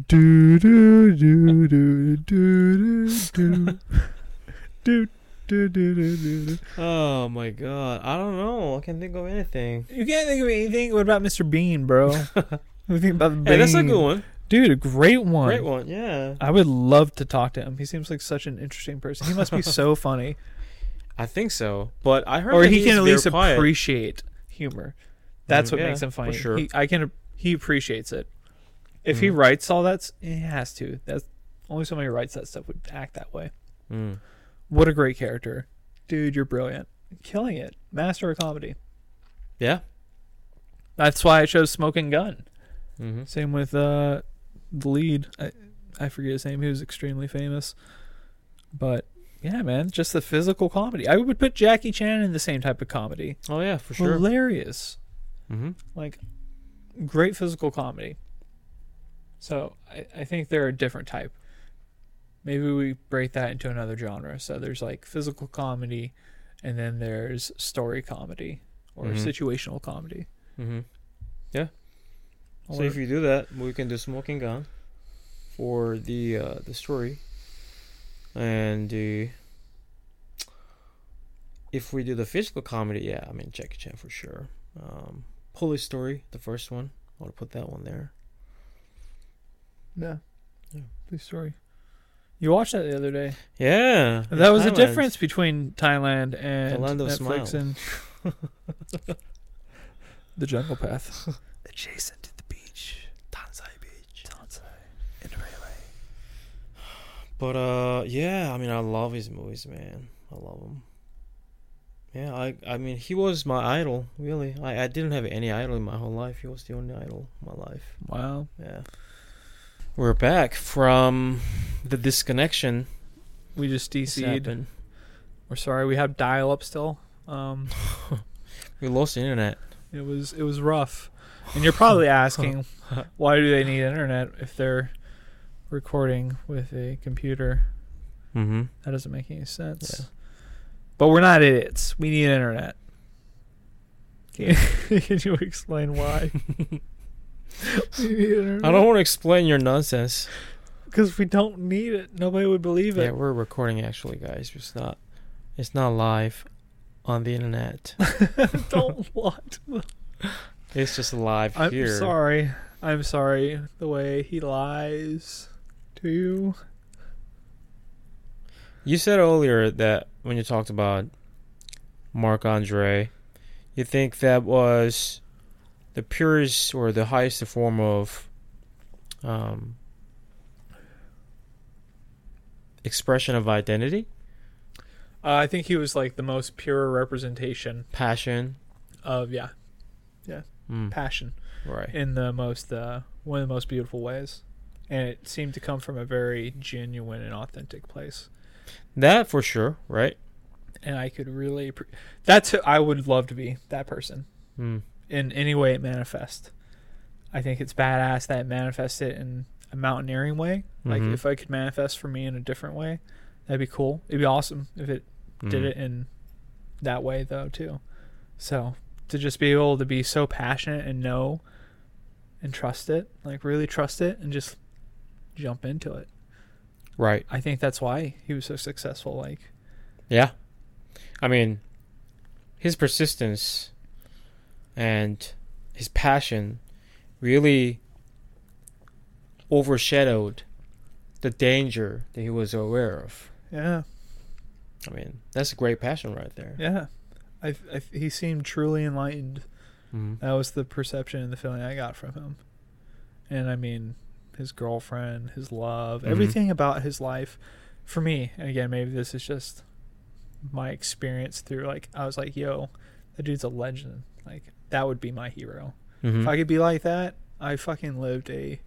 Speaker 2: Do do do do do do do do do do do.
Speaker 1: oh my god. I don't know. I can't think of anything.
Speaker 2: You can't think of anything. What about Mr. Bean, bro? What do you think about the Bean?
Speaker 1: Hey, that's a good one.
Speaker 2: dude. A great one.
Speaker 1: Great one. Yeah.
Speaker 2: I would love to talk to him. He seems like such an interesting person. He must be so funny,
Speaker 1: I think so. But I heard
Speaker 2: or
Speaker 1: that
Speaker 2: he
Speaker 1: he's
Speaker 2: can at
Speaker 1: very
Speaker 2: least
Speaker 1: quiet.
Speaker 2: appreciate humor. That's
Speaker 1: Mm,
Speaker 2: what
Speaker 1: yeah,
Speaker 2: makes him
Speaker 1: for
Speaker 2: funny.
Speaker 1: sure. Mm-hmm.
Speaker 2: He, I can. He appreciates it. If he writes all that, s- he has to. That's only somebody who writes that stuff would act that way.
Speaker 1: Mm.
Speaker 2: What a great character. Dude, you're brilliant. Killing it. Master of comedy.
Speaker 1: Yeah.
Speaker 2: That's why I chose Smoking Gun.
Speaker 1: Mm-hmm.
Speaker 2: Same with uh the lead. I I forget his name. He was extremely famous. But yeah, man, just the physical comedy. I would put Jackie Chan in the same type of comedy.
Speaker 1: Oh yeah, for sure.
Speaker 2: Hilarious.
Speaker 1: Mm-hmm.
Speaker 2: Like great physical comedy. So I, I think they're a different type. Maybe we break that into another genre. So there's like physical comedy and then there's story comedy or
Speaker 1: Mhm.
Speaker 2: situational comedy.
Speaker 1: Mm-hmm. So
Speaker 2: Or-
Speaker 1: if you do that, we can do smoking gun for the uh, the story, and the if we do the physical comedy, yeah, I mean Jackie Chan for sure. Um, Police story, the first one, I want to put that one there.
Speaker 2: Yeah.
Speaker 1: Yeah.
Speaker 2: Police story. You watched that the other day.
Speaker 1: Yeah,
Speaker 2: That was the
Speaker 1: Thailand.
Speaker 2: difference between Thailand and
Speaker 1: land of
Speaker 2: Netflix
Speaker 1: smiles.
Speaker 2: and The Jungle Path. Adjacent to the beach.
Speaker 1: Tansai Beach.
Speaker 2: Tansai.
Speaker 1: But uh, yeah, I mean I love his movies, man. I love them. Yeah, I I mean he was my idol, really. I I didn't have any idol in my whole life. He was the only idol in my life.
Speaker 2: Wow.
Speaker 1: Yeah. We're back from the disconnection
Speaker 2: we just
Speaker 1: This
Speaker 2: DC'd.
Speaker 1: happened.
Speaker 2: We're sorry. We have dial up still. Um,
Speaker 1: We lost the internet.
Speaker 2: it was it was rough. And you're probably asking, why do they need internet if they're recording with a computer?
Speaker 1: Mm-hmm.
Speaker 2: That doesn't make any sense.
Speaker 1: Yeah.
Speaker 2: But we're not idiots. We need internet. Can you, can you explain why? we need internet.
Speaker 1: I don't want to explain your nonsense.
Speaker 2: because we don't need it. Nobody would believe
Speaker 1: Yeah,
Speaker 2: it.
Speaker 1: we're recording actually, guys. It's not. It's not live on the internet.
Speaker 2: don't want.
Speaker 1: It's just live
Speaker 2: I'm
Speaker 1: here.
Speaker 2: sorry. I'm sorry. The way he lies to you.
Speaker 1: You said earlier that when you talked about Marc Andre, you think that was the purest or the highest form of um, expression of identity,
Speaker 2: Uh, I think he was like the most pure representation
Speaker 1: passion.
Speaker 2: of yeah
Speaker 1: Mm,
Speaker 2: passion
Speaker 1: right.
Speaker 2: in the most uh, one of the most beautiful ways, and it seemed to come from a very genuine and authentic place.
Speaker 1: That for sure, right?
Speaker 2: And I could really appre- that's who I would love to be that person
Speaker 1: Mm.
Speaker 2: in any way it manifests. I think it's badass that it manifests it in a mountaineering way. Like
Speaker 1: Mhm.
Speaker 2: if I could manifest for me in a different way, that'd be cool. It'd be awesome if it did
Speaker 1: Mm.
Speaker 2: it in that way though too. So to just be able to be so passionate and know and trust it, like really trust it and just jump into it.
Speaker 1: Right.
Speaker 2: I think that's why he was so successful. Like
Speaker 1: Yeah. I mean, his persistence and his passion really overshadowed the danger that he was aware of.
Speaker 2: yeah,
Speaker 1: I mean, that's a great passion right there.
Speaker 2: yeah. I, I he seemed truly enlightened.
Speaker 1: Mhm.
Speaker 2: That was the perception and the feeling I got from him. And I mean, his girlfriend, his love,
Speaker 1: Mhm.
Speaker 2: everything about his life for me. And again, maybe this is just my experience through like I was like, yo, that dude's a legend. Like that would be my hero. If
Speaker 1: Mhm.
Speaker 2: I could be like that, I fucking lived a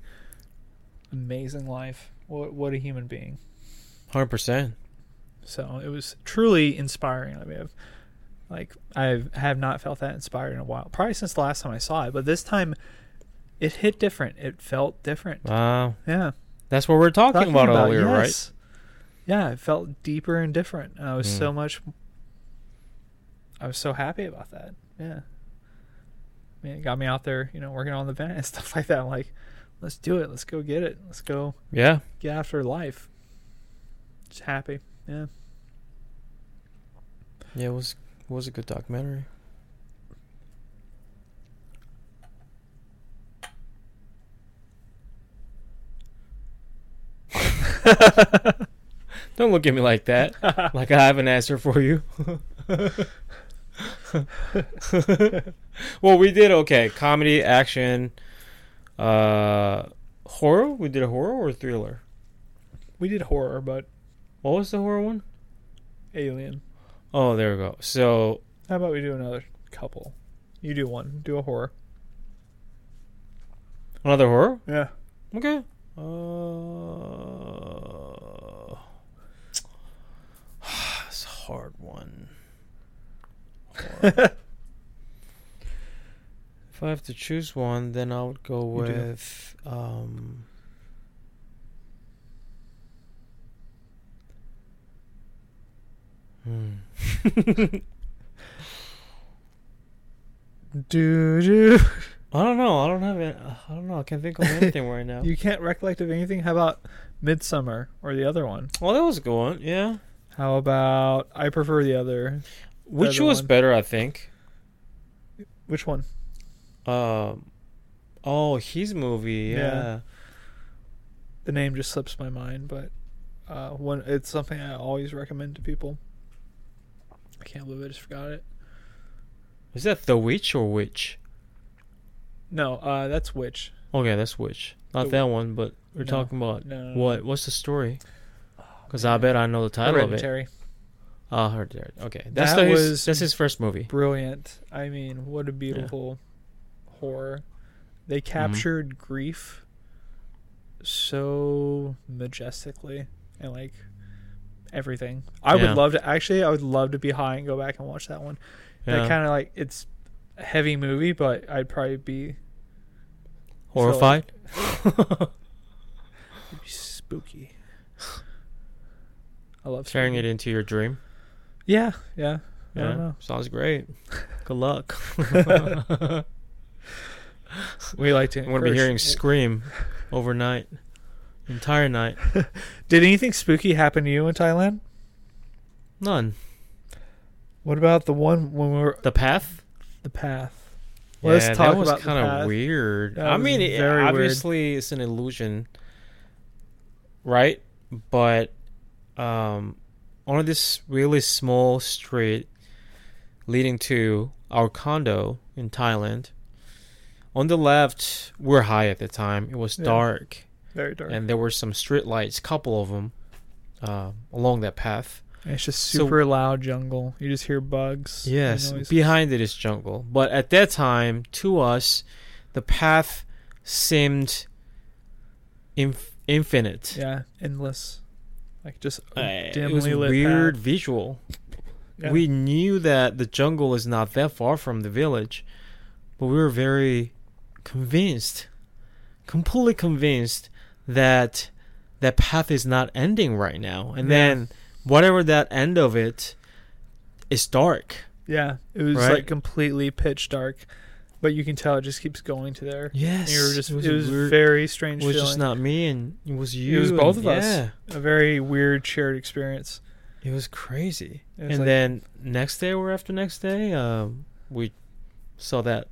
Speaker 2: amazing life. What what a human being.
Speaker 1: Mm-hmm. 100%.
Speaker 2: So it was truly inspiring. I mean, I've, like I have not felt that inspired in a while, probably since the last time I saw it. But this time, it hit different. It felt different.
Speaker 1: Wow.
Speaker 2: Yeah,
Speaker 1: That's what we are talking, about, earlier, right?
Speaker 2: Yeah, it felt deeper and different. And I was
Speaker 1: Mm.
Speaker 2: so much. I was so happy about that. Yeah. I mean, it got me out there, you know, working on the vent and stuff like that. I'm like, let's do it. Let's go get it. Let's go
Speaker 1: Yeah.
Speaker 2: get after life. Just happy. Yeah.
Speaker 1: Yeah, it was it was a good documentary. Don't look at me like that. like I have an answer for you. well, we did okay. Comedy, action, uh horror. We did a horror or thriller.
Speaker 2: We did horror, but
Speaker 1: What was the horror one?
Speaker 2: Alien.
Speaker 1: Oh, there we go. So,
Speaker 2: How about we do another couple? You do one. Do a horror.
Speaker 1: another horror?
Speaker 2: Yeah.
Speaker 1: Okay. Uh, it's a hard one. Horror. if I have to choose one, then I would go
Speaker 2: You do.
Speaker 1: with. Um, hmm.
Speaker 2: Do do.
Speaker 1: I don't know. I don't have. Any, I don't know. I can't think of anything right now.
Speaker 2: You can't recollect of anything. How about Midsummer or the other one?
Speaker 1: Well, that was a good one. Yeah.
Speaker 2: How about I prefer the other.
Speaker 1: Which
Speaker 2: other
Speaker 1: was
Speaker 2: one.
Speaker 1: better, I think.
Speaker 2: Which one?
Speaker 1: Um, oh, his movie.
Speaker 2: Yeah.
Speaker 1: Yeah.
Speaker 2: The name just slips my mind, but uh, one. It's something I always recommend to people. I can't believe I just forgot it.
Speaker 1: Is that The Witch or Witch?
Speaker 2: No, uh, that's Witch.
Speaker 1: Okay, that's Witch. Not
Speaker 2: The-
Speaker 1: that one, but we're
Speaker 2: No. Uh,
Speaker 1: talking about
Speaker 2: No, no, no.
Speaker 1: what? What's the story? Because I bet I know the title of it.
Speaker 2: Hereditary.
Speaker 1: Ah, Hereditary. Okay, that's
Speaker 2: That
Speaker 1: the, his,
Speaker 2: was-
Speaker 1: that's his first movie.
Speaker 2: brilliant. I mean, what a beautiful horror. They
Speaker 1: Mm-hmm.
Speaker 2: captured grief so majestically and like everything. I
Speaker 1: Yeah.
Speaker 2: would love to actually. I would love to be high and go back and watch that one.
Speaker 1: Yeah.
Speaker 2: That kind of like it's a heavy movie, but I'd probably be,
Speaker 1: Horrified.
Speaker 2: it'd be spooky. I love
Speaker 1: Tearing
Speaker 2: spooky.
Speaker 1: it into your dream.
Speaker 2: Yeah, yeah. I don't
Speaker 1: Yeah.
Speaker 2: know.
Speaker 1: Sounds great. Good luck.
Speaker 2: We like to.
Speaker 1: I'm gonna be
Speaker 2: encourage-
Speaker 1: hearing scream overnight, entire night.
Speaker 2: Did anything spooky happen to you in Thailand?
Speaker 1: None.
Speaker 2: What about the one when we were
Speaker 1: The path.
Speaker 2: the path? Let's
Speaker 1: yeah,
Speaker 2: talk
Speaker 1: that was
Speaker 2: about the
Speaker 1: kind of
Speaker 2: path.
Speaker 1: weird.
Speaker 2: That
Speaker 1: I
Speaker 2: was
Speaker 1: mean, it,
Speaker 2: very weird.
Speaker 1: obviously it's an illusion, right? But um, on this really small street leading to our condo in Thailand, on the left, we're high at the time. It was
Speaker 2: Yeah.
Speaker 1: dark,
Speaker 2: Very dark. And
Speaker 1: and there were some street lights, couple of them, uh, along that path.
Speaker 2: it's just
Speaker 1: so-
Speaker 2: super loud jungle. You just hear bugs. and
Speaker 1: Yes,
Speaker 2: noises.
Speaker 1: behind it is jungle. But at that time, to us, the path seemed inf- infinite.
Speaker 2: Yeah, endless. Like just a
Speaker 1: Uh,
Speaker 2: dimly
Speaker 1: it was a
Speaker 2: lit
Speaker 1: weird
Speaker 2: path.
Speaker 1: visual.
Speaker 2: Yeah.
Speaker 1: We knew that the jungle is not that far from the village, but we were very convinced, completely convinced that that path is not ending right now. And
Speaker 2: Yeah.
Speaker 1: then whatever that end of it is dark.
Speaker 2: Yeah, it was
Speaker 1: Right?
Speaker 2: like completely pitch dark, but you can tell it just keeps going to there.
Speaker 1: Yes,
Speaker 2: You were just it was,
Speaker 1: a weird-
Speaker 2: very strange.
Speaker 1: It was just
Speaker 2: feeling.
Speaker 1: not me, and it was you.
Speaker 2: was both
Speaker 1: and-
Speaker 2: of us.
Speaker 1: Yeah,
Speaker 2: a very weird shared experience.
Speaker 1: it was crazy.
Speaker 2: It was
Speaker 1: and
Speaker 2: like-
Speaker 1: then next day or after next day, um, we saw that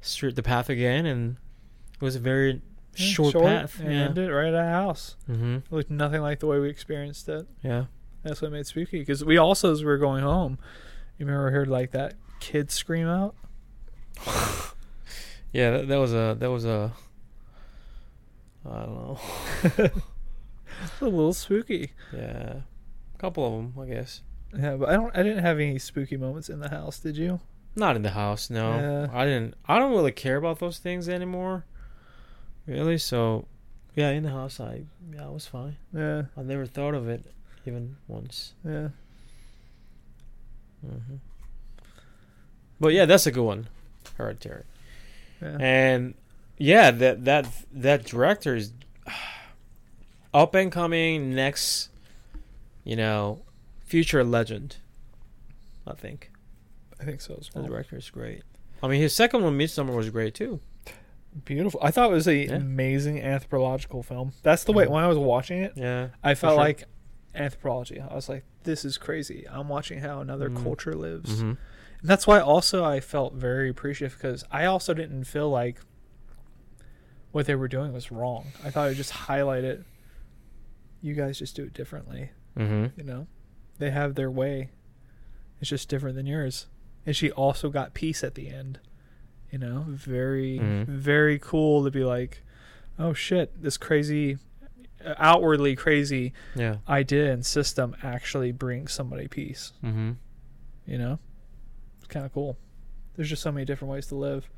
Speaker 1: street, the path again, and it was a very
Speaker 2: Yeah,
Speaker 1: short, uh, path.
Speaker 2: and
Speaker 1: Yeah.
Speaker 2: ended right at a house.
Speaker 1: Mm-hmm.
Speaker 2: It looked nothing like the way we experienced it.
Speaker 1: Yeah.
Speaker 2: That's what made it spooky because we also, as we were going home, you remember we heard like that kid scream out.
Speaker 1: Yeah. That, that was a. That was a. I don't know.
Speaker 2: It's a little spooky.
Speaker 1: Yeah. couple of them, I guess.
Speaker 2: Yeah, but I don't. I didn't have any spooky moments in the house. Did you?
Speaker 1: Not in the house, no.
Speaker 2: Yeah.
Speaker 1: I didn't. I don't really care about those things anymore. Really. So, yeah, in the house, I yeah, I was fine.
Speaker 2: Yeah,
Speaker 1: I never thought of it even once.
Speaker 2: yeah.
Speaker 1: hmm But yeah, that's a good one, Hereditary.
Speaker 2: Yeah.
Speaker 1: And yeah, that that that director is up and coming next, you know, future legend. I think
Speaker 2: I think so as
Speaker 1: the
Speaker 2: well.
Speaker 1: director is great. I mean, his second one, Midsummer, was great too.
Speaker 2: Beautiful. I thought it was an
Speaker 1: Yeah.
Speaker 2: amazing anthropological film. That's the way when I was watching it,
Speaker 1: Yeah,
Speaker 2: I felt
Speaker 1: sure.
Speaker 2: like anthropology. I was like, this is crazy. I'm watching how another
Speaker 1: Mm.
Speaker 2: culture lives.
Speaker 1: hmm
Speaker 2: And that's why also I felt very appreciative because I also didn't feel like what they were doing was wrong. I thought it just highlighted you guys just do it differently,
Speaker 1: hmm
Speaker 2: you know? They have their way. It's just different than yours. And she also got peace at the end. You know? Very
Speaker 1: Mhm.
Speaker 2: very cool to be like, "Oh shit, this crazy outwardly crazy
Speaker 1: yeah,
Speaker 2: idea and system actually brings somebody peace."
Speaker 1: hmm
Speaker 2: you know it's kind of cool there's just so many different ways to live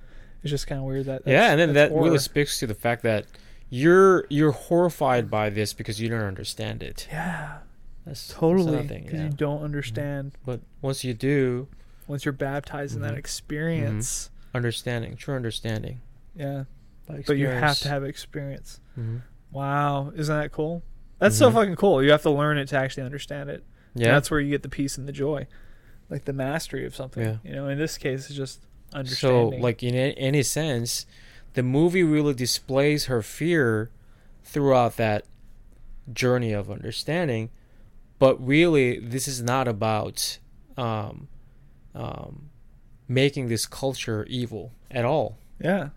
Speaker 2: it's just kind of weird that
Speaker 1: yeah.
Speaker 2: that's-
Speaker 1: And then
Speaker 2: that's
Speaker 1: that really
Speaker 2: horror.
Speaker 1: speaks to the fact that you're you're horrified by this because you don't understand it.
Speaker 2: yeah
Speaker 1: That's that's another
Speaker 2: totally
Speaker 1: thing,
Speaker 2: because
Speaker 1: yeah.
Speaker 2: you don't understand
Speaker 1: But once you do,
Speaker 2: once you're baptized in that
Speaker 1: Mhm.
Speaker 2: experience
Speaker 1: understanding, true understanding.
Speaker 2: yeah
Speaker 1: by
Speaker 2: but you have
Speaker 1: experience.
Speaker 2: to have experience
Speaker 1: Mhm.
Speaker 2: wow isn't that cool that's
Speaker 1: Mhm.
Speaker 2: so fucking cool you have to learn it to actually understand it And
Speaker 1: Yeah.
Speaker 2: that's where you get the peace and the joy like the mastery of something
Speaker 1: Yeah.
Speaker 2: you know in this case it's just
Speaker 1: so,
Speaker 2: understanding
Speaker 1: like in a- any sense, the movie really displays her fear throughout that journey of understanding. But really, this is not about um, um, making this culture evil at all.
Speaker 2: yeah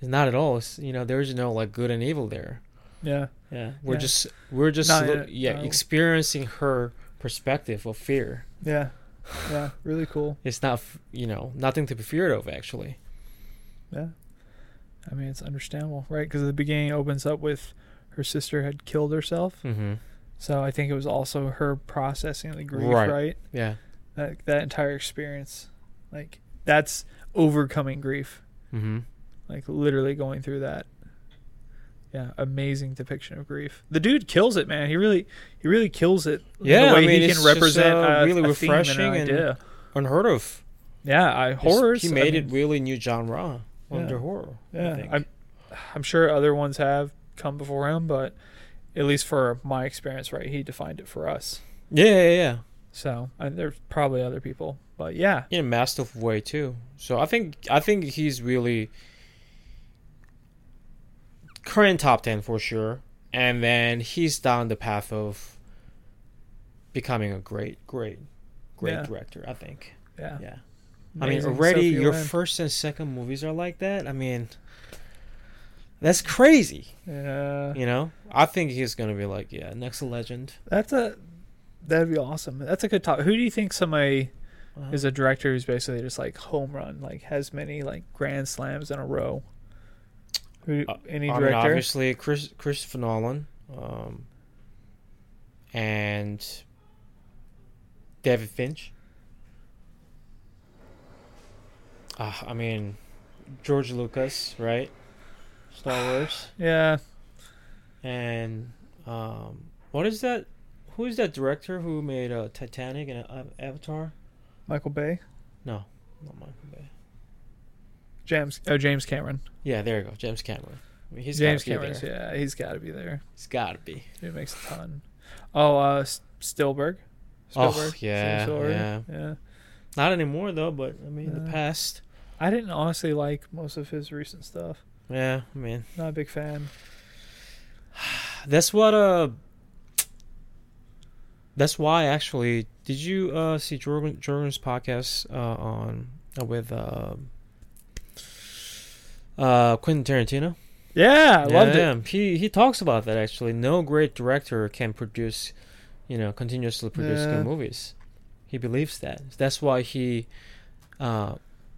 Speaker 1: It's not at all. It's, you know, there's no like good and evil there.
Speaker 2: yeah
Speaker 1: Yeah, we're
Speaker 2: Yeah.
Speaker 1: just we're just
Speaker 2: Not
Speaker 1: lo-
Speaker 2: at
Speaker 1: yeah
Speaker 2: all.
Speaker 1: experiencing her perspective of fear.
Speaker 2: yeah yeah really cool
Speaker 1: It's not f- you know nothing to be feared of actually.
Speaker 2: Yeah. I mean, it's understandable, right? Because the beginning opens up with her sister had killed herself.
Speaker 1: Mm-hmm.
Speaker 2: So I think it was also her processing the grief,
Speaker 1: Right.
Speaker 2: right?
Speaker 1: Yeah.
Speaker 2: That, that entire experience. Like, that's overcoming grief.
Speaker 1: Mm-hmm.
Speaker 2: Like, literally going through that. Yeah, amazing depiction of grief. The dude kills it, man. He really, he really kills it.
Speaker 1: Yeah, I
Speaker 2: the way
Speaker 1: mean,
Speaker 2: he
Speaker 1: it's
Speaker 2: can
Speaker 1: just,
Speaker 2: represent
Speaker 1: uh,
Speaker 2: a,
Speaker 1: really
Speaker 2: a theme and an
Speaker 1: refreshing and
Speaker 2: idea.
Speaker 1: Unheard of.
Speaker 2: Yeah, I,
Speaker 1: He's-
Speaker 2: horrors.
Speaker 1: He
Speaker 2: I
Speaker 1: made
Speaker 2: mean,
Speaker 1: it really new genre under
Speaker 2: Yeah.
Speaker 1: horror. I
Speaker 2: Yeah,
Speaker 1: think.
Speaker 2: I'm, I'm sure other ones have come before him, but at least for my experience, right, he defined it for us.
Speaker 1: yeah, yeah, yeah.
Speaker 2: So I, there's probably other people, but yeah,
Speaker 1: in a masterful way too. So I think I think he's really current top ten for sure, and then he's down the path of becoming a great, great, great
Speaker 2: Yeah.
Speaker 1: director. I think.
Speaker 2: yeah.
Speaker 1: Yeah. I
Speaker 2: Amazing
Speaker 1: mean, already
Speaker 2: Sophia
Speaker 1: your
Speaker 2: Loren.
Speaker 1: first and second movies are like that. I mean, that's crazy.
Speaker 2: yeah,
Speaker 1: You know, I think he's gonna be like, yeah, next legend.
Speaker 2: that's a that'd be awesome. That's a good top. Who do you think somebody
Speaker 1: Uh,
Speaker 2: is a director who's basically just like home run, like has many like grand slams in a row? Who
Speaker 1: Uh,
Speaker 2: any
Speaker 1: I mean,
Speaker 2: director?
Speaker 1: obviously, Chris Christopher Nolan, um, and David Finch. Uh, I mean, George Lucas, right? Star Wars,
Speaker 2: yeah,
Speaker 1: and um, what is that? Who is that director who made uh, Titanic and uh, Avatar?
Speaker 2: Michael Bay,
Speaker 1: No, not Michael Bay.
Speaker 2: James. Oh, James Cameron.
Speaker 1: Yeah, there you go, James Cameron. I mean, he's
Speaker 2: James
Speaker 1: gotta be
Speaker 2: Cameron.
Speaker 1: there.
Speaker 2: Yeah, he's got to be there.
Speaker 1: He's gotta be.
Speaker 2: It makes a ton. Oh, uh, S- Spielberg.
Speaker 1: Oh,
Speaker 2: Steven
Speaker 1: yeah, yeah.
Speaker 2: yeah.
Speaker 1: Not anymore though, but I mean, in the
Speaker 2: Yeah.
Speaker 1: past.
Speaker 2: I didn't honestly like most of his recent stuff.
Speaker 1: Yeah, I mean,
Speaker 2: Not a big fan.
Speaker 1: that's what uh that's why actually did you uh see Jorgen Jorgen's podcast uh on uh, with uh uh Quentin Tarantino?
Speaker 2: Yeah, I loved it.
Speaker 1: He he talks about that actually. No great director can produce, you know, continuously produce
Speaker 2: Yeah.
Speaker 1: good movies. He believes that. That's why he uh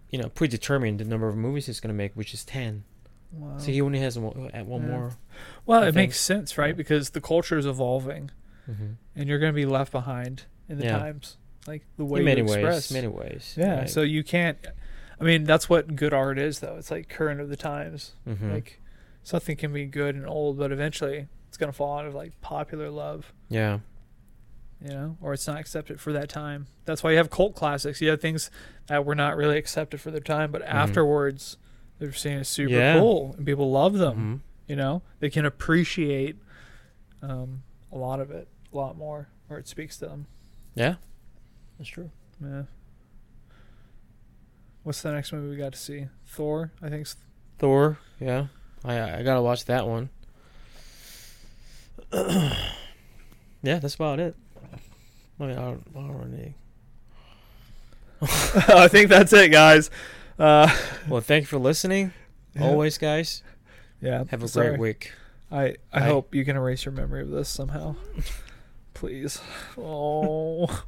Speaker 1: you know, predetermined the number of movies he's going to make, which is 10.
Speaker 2: Wow.
Speaker 1: So he only has one, uh, one
Speaker 2: Oh. Yeah.
Speaker 1: more. I
Speaker 2: well, it
Speaker 1: think-
Speaker 2: makes sense, right? Because the culture is evolving, and you're going to be left behind in the
Speaker 1: Yeah.
Speaker 2: times, like the way
Speaker 1: in many
Speaker 2: you
Speaker 1: ways,
Speaker 2: express.
Speaker 1: many ways.
Speaker 2: yeah,
Speaker 1: right.
Speaker 2: so you can't. I mean, that's what good art is, though. It's like current of the times.
Speaker 1: Mhm.
Speaker 2: Like something can be good and old, but eventually it's going to fall out of like popular love.
Speaker 1: yeah,
Speaker 2: you know, or it's not accepted for that time. That's why you have cult classics. You have things that were not really accepted for their time, but afterwards they're seen as super
Speaker 1: Mm-hmm. Yeah.
Speaker 2: cool and people love them.
Speaker 1: Mhm.
Speaker 2: You know, they can appreciate um, a lot of it, a lot more, or it speaks to them.
Speaker 1: yeah, that's true.
Speaker 2: Yeah. What's the next movie we got to see? Thor, I think.
Speaker 1: Thor, yeah, I I gotta watch that one. yeah, that's about it. I mean, I don't, I don't really.
Speaker 2: I think that's it, guys. Uh,
Speaker 1: Well, thank you for listening. Always, guys,
Speaker 2: yeah.
Speaker 1: have a
Speaker 2: sorry.
Speaker 1: great week.
Speaker 2: I I
Speaker 1: I-
Speaker 2: hope you can erase your memory of this somehow. Please. Oh.